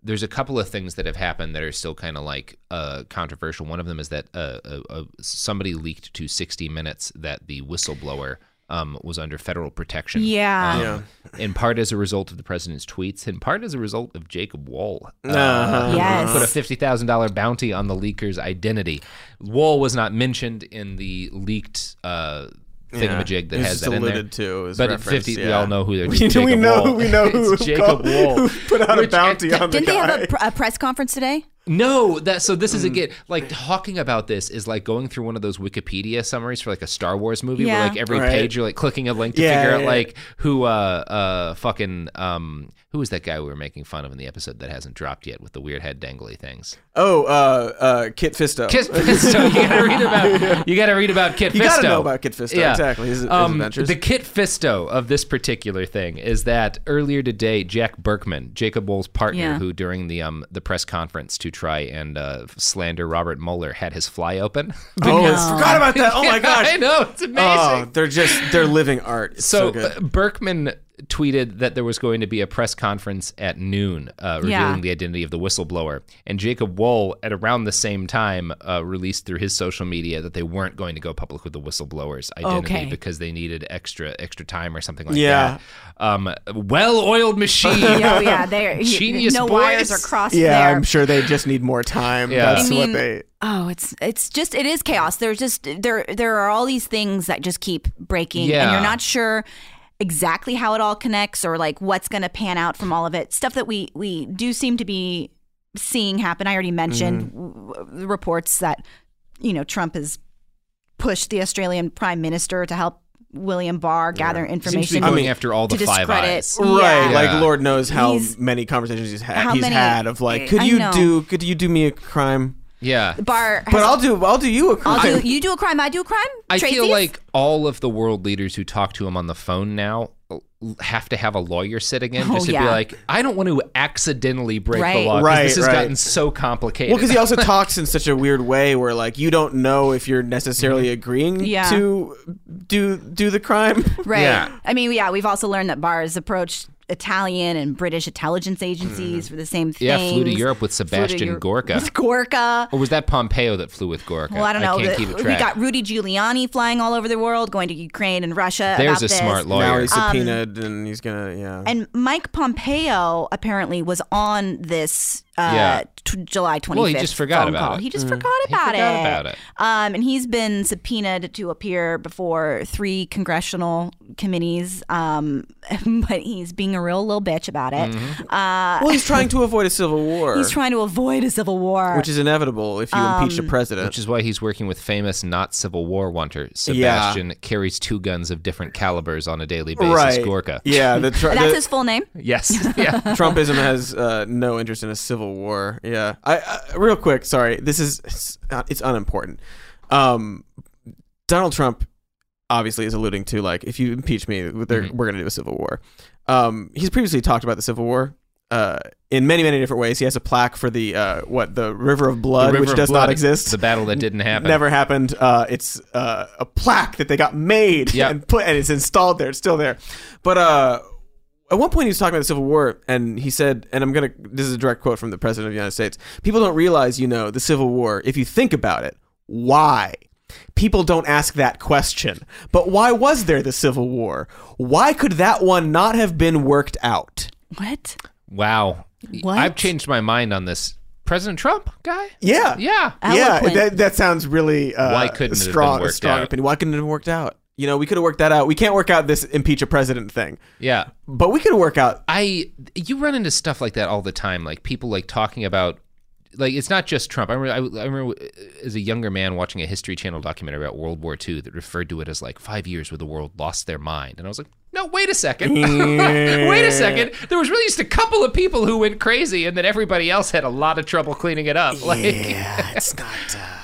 there's a couple of things that have happened that are still kind of like uh, controversial. One of them is that uh, uh, uh, somebody leaked to 60 Minutes that the whistleblower um, was under federal protection. Yeah. Um, Yeah. In part as a result of the president's tweets, in part as a result of Jacob Wall. Uh, Uh-huh. who Yes. Put a $50,000 bounty on the leaker's identity. Wall was not mentioned in the leaked. Uh, Thingamajig that It's has just that in there. alluded to, it was but at referenced, fifty, we yeah. all know who they're. We- Jacob we know- Wall. we know who it's who Jacob called- Wall who put out a bounty on the Didn't they have guy. a, pr- a press conference today? No, that so this Mm. is again like talking about this is like going through one of those Wikipedia summaries for like a Star Wars movie Yeah. where like every Right. page you're like clicking a link to Yeah, figure out yeah. like who uh uh fucking um who is that guy we were making fun of in the episode that hasn't dropped yet with the weird head dangly things. Oh, uh, uh, Kit Fisto. Kit Fisto. You gotta read about. You gotta read about Kit Fisto. Um, You gotta know about Kit Fisto, exactly, his- his adventures. The Kit Fisto of this particular thing is that earlier today, Jack Berkman, Jacob Wool's partner, Yeah. who during the um the press conference to try and uh, slander Robert Mueller, had his fly open. Oh, I forgot about that. Oh my gosh. I know it's Oh, amazing. they're just they're living art. It's so so, good. uh, Berkman tweeted that there was going to be a press conference at noon uh, revealing Yeah. the identity of the whistleblower. And Jacob Wool, at around the same time, uh, released through his social media that they weren't going to go public with the whistleblower's identity Okay. because they needed extra extra time or something like Yeah. that. Um, well-oiled machine. yeah, oh, yeah. They're, Genius No boys. wires are crossed Yeah, there. I'm sure they just need more time. Yeah. That's I mean, what they. oh, it's it's just it is chaos. There's just there there are all these things that just keep breaking, and Yeah. you're not sure exactly how it all connects or like what's going to pan out from all of it. Stuff that we we do seem to be seeing happen. I already mentioned Mm-hmm. w- w- the reports that you know Trump has pushed the Australian Prime Minister to help William Barr gather Seems to be information. going I mean, after all the to five discredit- eyes. Yeah. Right, like Yeah. Lord knows how He's- many conversations he's had. How He's many- had of like, could I you know. do? Could you do me a crime? Yeah. Barr, has, But I'll do. I'll do you a crime. I'll do you do a crime, I do a crime. I feel Tracy's? like all of the world leaders who talk to him on the phone now uh, have to have a lawyer sitting in Oh, just to be yeah. like, I don't want to accidentally break the Right. law. 'cause Right, This has right. gotten so complicated. well, because he also talks in such a weird way, where like you don't know if you're Mm-hmm. necessarily agreeing Yeah. to do do the crime. Right. Yeah. I mean, yeah, we've also learned that Barr has approached Italian and British intelligence agencies for the same thing. Mm-hmm. yeah, flew to Europe with Sebastian Gorka. With Gorka. or was that Pompeo that flew with Gorka? Well, I don't know. can't but keep we track. got Rudy Giuliani flying all over the world, going to Ukraine and Russia. There's about a this. smart lawyer. Now he's subpoenaed and he's gonna yeah. Um, And Mike Pompeo apparently was on this uh, Yeah. t- July 25th. Well, he just forgot phone about call. it. He Mm. just forgot He about forgot it. about it. Um, and he's been subpoenaed to appear before three congressional committees, um, but he's being a real little bitch about it. Mm. Mm-hmm. Uh, well, he's trying to avoid a civil war. he's trying to avoid a civil war. Um, which is inevitable if you impeach a president. Which is why he's working with famous not Civil War wanter. Yeah. Sebastian carries two guns of different calibers on a daily basis, right. Gorka. Yeah, the, tr- That's the- his full name. Yes. Yeah. Trumpism has uh, no interest in a civil war. Yeah. I, I real quick. Sorry, this is it's, not- it's unimportant. Um, Donald Trump obviously is alluding Mm-hmm. to like if you impeach me, they're- we're going to do a civil war. Um, he's previously talked about the civil war. uh, in many many different ways. He has a plaque for the uh, what the River of Blood, River which of does Blood, not exist. The battle that didn't happen. Never happened. Uh, it's uh, a plaque that they got made and put, and it's installed there. It's still there. But uh, at one point, he was talking about the Civil War, and he said, and I'm gonna. This is a direct quote from the President of the United States. People don't realize, you know, the Civil War. If you think about it, why? People don't ask that question. But why was there the Civil War? Why could that one not have been worked out? What? Wow. I've changed my mind on this. President Trump guy? Yeah. Yeah. Yeah. That, that sounds really uh, Why couldn't it have been strong, worked strong out? opinion. Why couldn't it have worked out? You know, we could have worked that out. We can't work out this impeach a president thing. Yeah. But we could work out. I you run into stuff like that all the time, like people like talking about like it's not just Trump. I remember, I, I remember as a younger man watching a History Channel documentary about World War II that referred to it as like five years where the world lost their mind, and I was like, no, wait a second, wait a second. There was really just a couple of people who went crazy, and then everybody else had a lot of trouble cleaning it up. Like, yeah, it's not. Uh,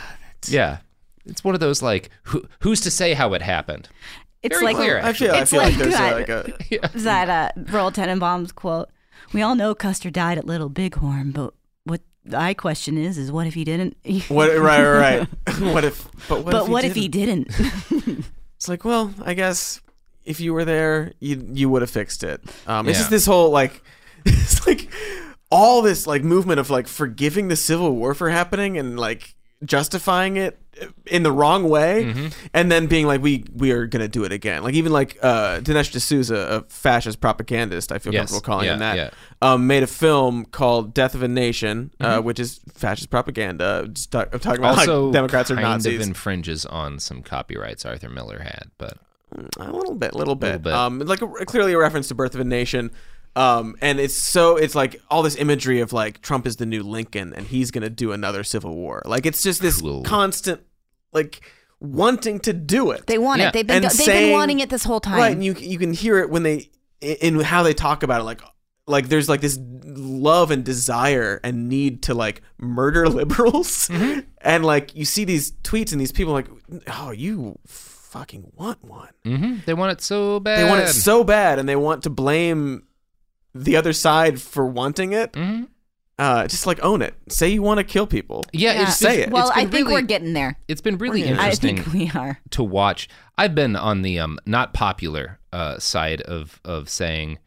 yeah, it's one of those like who, who's to say how it happened. It's Very like clear, it's I feel- I feel like there's, uh, God, like a- that uh, Roll Tenenbaum's quote. We all know Custer died at Little Bighorn, but what I question is, is what if he didn't? What? Right. Right. right. what if? But what? but if he what didn't? if he didn't? It's like, well, I guess if you were there, you you would have fixed it. Um, It's Yeah. just this whole like, it's like all this like movement of like forgiving the Civil War for happening and like justifying it in the wrong way, Mm-hmm. and then being like, we we are gonna do it again. Like even like uh, Dinesh D'Souza, a fascist propagandist, I feel Yes. comfortable calling him Yeah, that, yeah. um, made a film called Death of a Nation, uh, which is fascist propaganda. Just talk, I'm talking about Mm-hmm. also like, Democrats are kind Nazis. of infringes on some copyrights Arthur Miller had, but a little bit, little bit, Little bit. Um, like a, clearly a reference to Birth of a Nation. Um, and it's so it's like all this imagery of like Trump is the new Lincoln and he's gonna do another civil war. Like it's just this constant like wanting to do it. They want it. They've been- And they've been wanting it this whole time. Right, and you you can hear it when they in how they talk about it. Like like there's like this love and desire and need to like murder liberals, Mm-hmm. and like you see these tweets and these people like, oh you fucking want one. hmm they want it so bad. They want it so bad, and they want to blame the other side for wanting it. Mm-hmm. Uh, just like own it. Say you want to kill people. Yeah, just say it. Well, It's I been think really- we're getting there. It's been really We're getting there. interesting. I think we are. to watch. I've been on the um, not popular uh, side of of saying,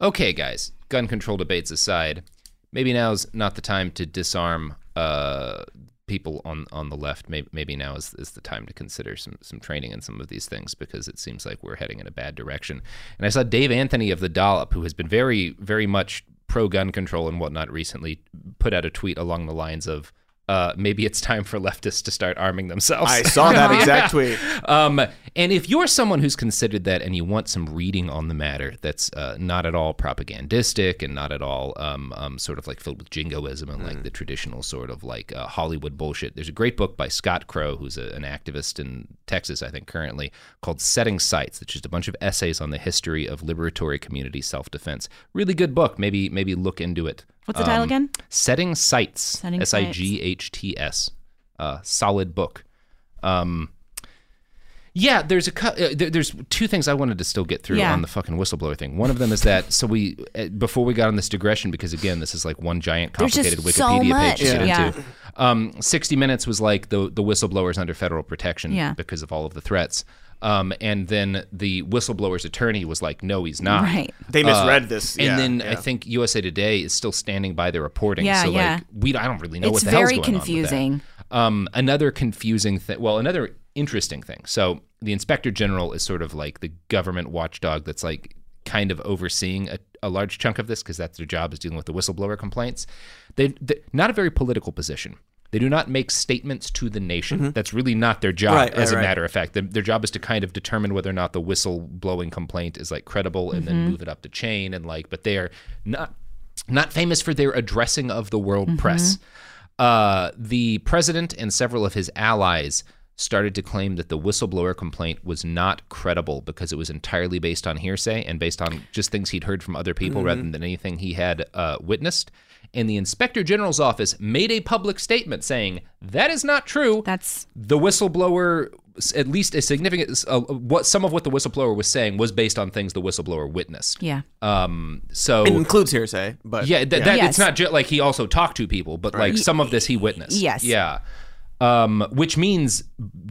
okay, guys, gun control debates aside, maybe now's not the time to disarm uh, people on on the left. Maybe, maybe now is, is the time to consider some some training in some of these things because it seems like we're heading in a bad direction. And I saw Dave Anthony of the Dollop, who has been very very much pro gun control and whatnot recently, put out a tweet along the lines of. Uh, maybe it's time for leftists to start arming themselves. I saw that exact tweet. Um, and if you're someone who's considered that and you want some reading on the matter that's uh, not at all propagandistic and not at all um, um, sort of like filled with jingoism and like the traditional sort of like uh, Hollywood bullshit, there's a great book by Scott Crow, who's a, an activist in Texas, I think, currently, called Setting Sights, that's just a bunch of essays on the history of liberatory community self defense. Really good book. Maybe maybe look into it. Um, What's the Um, title again? Setting Sights. Setting S I G H T S. Uh, Solid book. Um, yeah, there's a cou- uh, there, there's two things I wanted to still get through Yeah. on the fucking whistleblower thing. One of them is that so we uh, before we got on this digression because again this is like one giant There's just complicated so Wikipedia much. page to get Yeah. into. Um, 60 Minutes was like the the whistleblowers under federal protection Yeah. because of all of the threats. Um, and then the whistleblower's attorney was like, no, he's not. Right. They misread this, Uh, And yeah, then yeah. I think USA Today is still standing by their reporting. Yeah, so yeah. like, we I don't really know It's what the hell's very going on with that. confusing. Um, another confusing thing. Well, another interesting thing. So the inspector general is sort of like the government watchdog that's like kind of overseeing a, a large chunk of this because that's their job is dealing with the whistleblower complaints. They, they not a very political position. They do not make statements to the nation. That's really not their job. Mm-hmm. Right, as right, a right. matter of fact, their, their job is to kind of determine whether or not the whistleblowing complaint is like credible and Mm-hmm. then move it up the chain and like. But they are not not famous for their addressing of the world Mm-hmm. press. Uh, the president and several of his allies started to claim that the whistleblower complaint was not credible because it was entirely based on hearsay and based on just things he'd heard from other people rather than anything he had uh, witnessed. And the inspector general's office made a public statement saying that is not true. That's the whistleblower s- at least a significant uh, what some of what the whistleblower was saying was based on things the whistleblower witnessed. Yeah. Um. So It includes hearsay, but yeah, that, that Yes. it's not just like he also talked to people, but like Right. some of this he witnessed. Yes. Yeah. Um, which means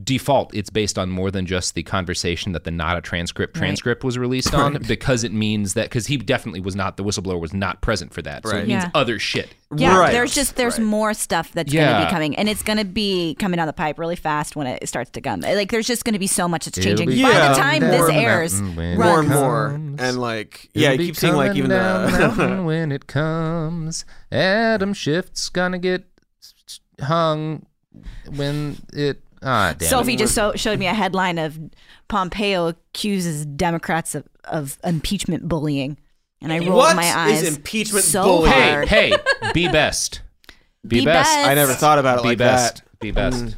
default, it's based on more than just the conversation that the not a transcript Right. transcript was released on, because it means that because he definitely was not the whistleblower was not present for that, so Right. it means Yeah. other shit. Yeah, Right. there's just there's more stuff that's going to Yeah. be coming, and it's going to be coming down the pipe really fast when it starts to come. Like there's just going to be so much that's It'll changing. be By coming the time down this the airs, mountain when run- more and more, Comes. and like yeah, you keep seeing like even the when it comes, Adam Shift's gonna get hung when it. Ah, Sophie just so, showed me a headline of Pompeo accuses Democrats of, of impeachment bullying, and I rolled What my is eyes. impeachment so bullying? Hey, hard. hey, be best. Be, Be best. best. I never thought about it Be like best. that. Be best. Mm,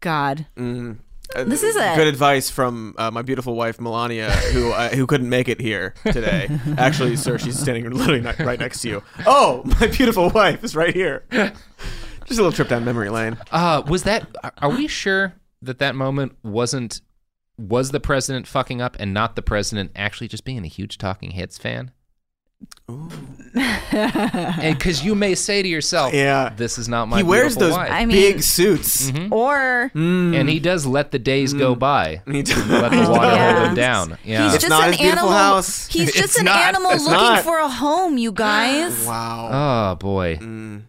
God, mm. Uh, This is a- good advice from uh, my beautiful wife Melania, who uh, who couldn't make it here today. Actually, sir, she's standing literally ni- right next to you. Oh, my beautiful wife is right here. Just a little trip down memory lane. Uh, was that? are- Are we sure that that moment wasn't? Was the president fucking up and not the president actually just being a huge Talking Heads fan? Because you may say to yourself, Yeah. this is not my." he wears beautiful those wife. Mm-hmm. I mean- big suits. Hmm? or Mm. and he does let the days go by. He does. Let the He water does. hold him down. Yeah. he's It's just not an his beautiful animal. house. He's just It's an not. animal It's looking not. for a home. You guys, Wow. oh boy. Mm.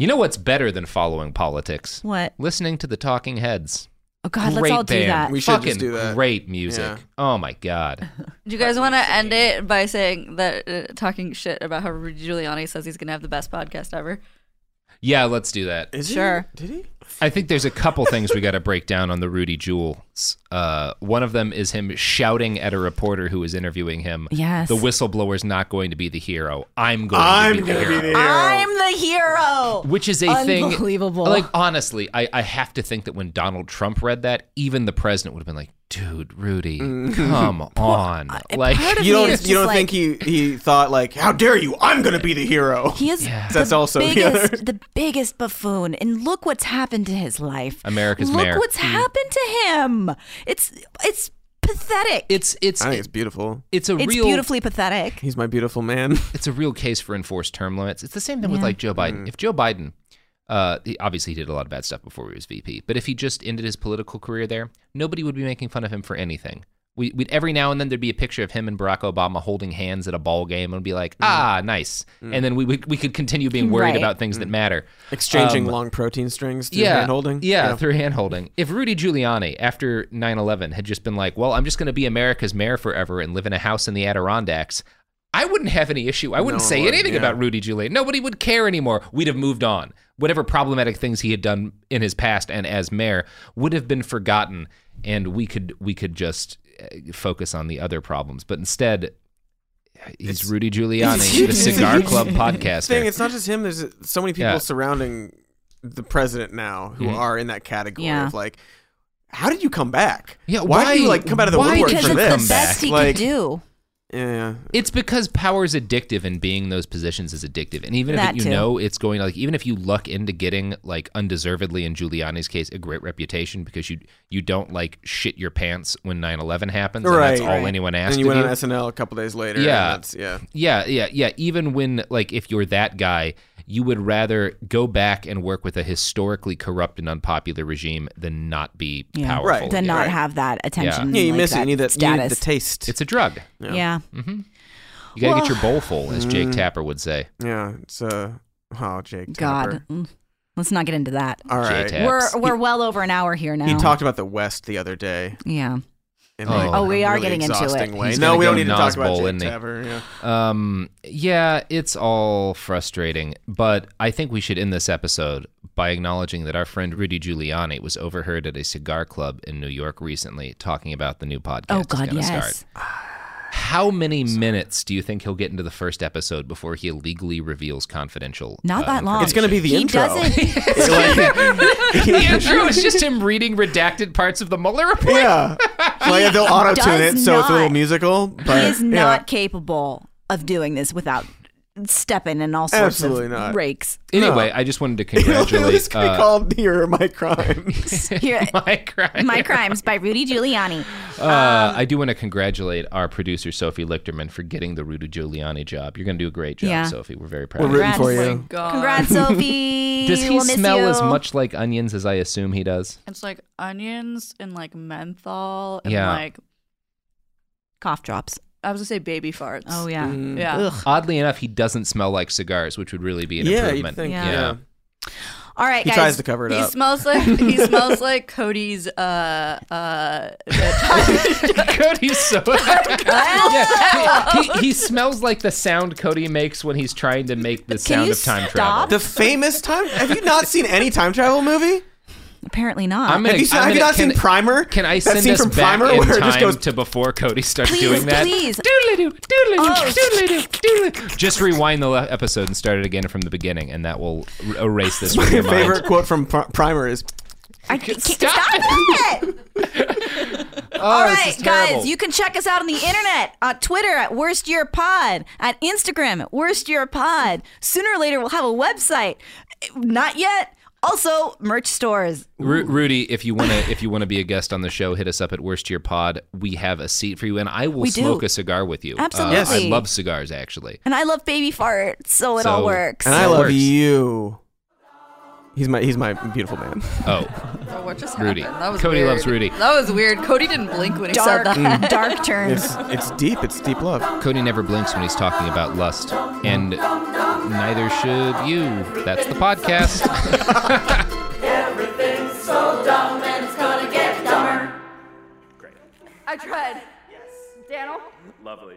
You know what's better than following politics? what? Listening to the Talking Heads. Oh God, let's Great all do band. that. We should just Fucking do that. Great music. Yeah. Oh my god. Do you guys want to end it by saying that uh, talking shit about how Rudy Giuliani says he's gonna have the best podcast ever? Yeah, let's do that. Is he- Sure. Did he? I think there's a couple things we got to break down on the Rudy Jules. Uh, one of them is him shouting at a reporter who is interviewing him. Yes. The whistleblower's not going to be the hero. I'm going to I'm be the gonna hero. be the hero. I'm the hero. which is a thing Unbelievable. Like honestly, I, I have to think that when Donald Trump read that, even the president would have been like, "Dude, Rudy, Mm. come on!" Like, Uh, part of You me don't. is You just don't like- think he he thought like, how dare you? I'm gonna be the hero. He is Yeah. the Oh, That's also the biggest, other- the biggest buffoon, and look what's happened to his life. America's look mayor. what's happened to him. It's it's pathetic. it's it's I think it's beautiful. it's a it's real beautifully pathetic. He's my beautiful man. it's a real case for enforced term limits. It's the same thing with like Joe Biden. If Joe Biden, uh, he, obviously he did a lot of bad stuff before he was VP, but if he just ended his political career there, nobody would be making fun of him for anything. We, we'd every now and then there'd be a picture of him and Barack Obama holding hands at a ball game and be like, ah, nice. And then we, we we could continue being worried Right. about things that matter. Exchanging Um, long protein strings. Through yeah, Hand holding. Yeah, through hand holding. If Rudy Giuliani, after 9-11, had just been like, well, I'm just going to be America's mayor forever and live in a house in the Adirondacks, I wouldn't have any issue. I wouldn't No one say would, anything yeah. about Rudy Giuliani. Nobody would care anymore. We'd have moved on. Whatever problematic things he had done in his past and as mayor would have been forgotten, and we could we could just uh, focus on the other problems. But instead, he's Rudy Giuliani, the It's a Cigar huge Club podcaster. thing. It's not just him. There's so many people Yeah. Mm-hmm. surrounding the president now who are in that category Yeah. of like, how did you come back? Yeah, why, did you why- like come out of the why woodwork did because for it's you this? come the best he like, could do. Yeah, It's because power's addictive and being those positions is addictive. And even That if you too. know it's going to like even if you luck into getting like undeservedly in Giuliani's case a great reputation because you you don't like shit your pants when 9/11 happens and that's all Right. anyone and asked you of went you. on SNL a couple days later. and Yeah. that's- yeah. yeah, yeah, yeah, even when like if you're that guy, you would rather go back and work with a historically corrupt and unpopular regime than not be Yeah. powerful. Right. To again. not Right. have that attention. Yeah, you Mm, like miss it. that You need that. You need the status. taste. It's a drug. Yeah. yeah. Mhm. You got to Well- get your bowl full as Jake Tapper would say. yeah. It's uh, oh, Jake. God, Tapper. Mm. let's not get into that. All right. J-Tap. We're Taps. we're well over an hour here now. He talked about the West the other day. yeah. In Oh. like Oh, we a are really getting into it. exhausting Way. He's No, gonna we don't go need to talk Nas Bowl, about Jake isn't he? Tapper. Yeah. Um, yeah, it's all frustrating, but I think we should end this episode by acknowledging that our friend Rudy Giuliani was overheard at a cigar club in New York recently talking about the new podcast. Oh he's God, gonna yes. start. How many minutes do you think he'll get into the first episode before he illegally reveals confidential? Not uh, that long. It's gonna be the he intro. Doesn't, the intro is just him reading redacted parts of the Mueller report. Yeah. Well, yeah, they'll auto tune does it, so it's a little not- musical. he But is yeah. not capable of doing this without step in and all sorts Absolutely of not. rakes. Anyway, I just wanted to congratulate. uh, called near my crimes. Here, my crimes. My crimes by Rudy Giuliani. uh, Um, I do want to congratulate our producer Sophie Lichterman for getting the Rudy Giuliani job. You're going to do a great job, Yeah. Sophie. We're very proud. We're of you. Oh rooting for Oh you. Congrats, Sophie. Does he We'll miss smell you. as much like onions as I assume he does? It's like onions and like menthol and Yeah. like cough drops. I was gonna say baby farts. Oh yeah. Mm. Yeah. Oddly enough, he doesn't smell like cigars, which would really be an Yeah, you'd improvement. think, yeah. yeah. All right, He guys. tries to cover it He up. smells like he smells like Cody's uh uh Cody's so yeah, he, he, he smells like the sound Cody makes when he's trying to make the sound you of time stop? travel. The famous time. Have you not seen any time travel movie? Apparently not. I'm gonna- have you, seen, I'm have you gonna- not can- seen Primer? Can I That send scene us from back Primer in where it time just goes to before Cody starts please, doing that? please. Doodly-doo, doodly-doo, Oh. doodly-doo, doodly-doo. Just rewind the le- episode and start it again from the beginning, and that will r- erase this My from your favorite mind. quote from Pri- Primer is I can't, Stop stop, it. Oh, All this right, is terrible. guys, you can check us out on the internet, on Twitter at Worst Year Pod, at Instagram at Worst Year Pod. Sooner or later, we'll have a website. Not yet. Also, merch stores. Ru- Rudy, if you wanna if you wanna be a guest on the show, hit us up at Worst Year Pod. We have a seat for you, and I will We do. smoke a cigar with you. Uh, Absolutely. I love cigars, actually. And I love baby farts, so it So- all works. And I That love works. you. He's my he's my beautiful man. Oh, Oh, what just Rudy. happened? That was Cody weird. loves Rudy. Mm. That was weird. Cody didn't blink when he dark, said that. dark turns. It's it's deep. It's deep love. Cody never blinks when he's talking about lust, and neither should you. That's the podcast. Everything's so dumb and it's gonna get dumber. I tried. Daniel. Lovely.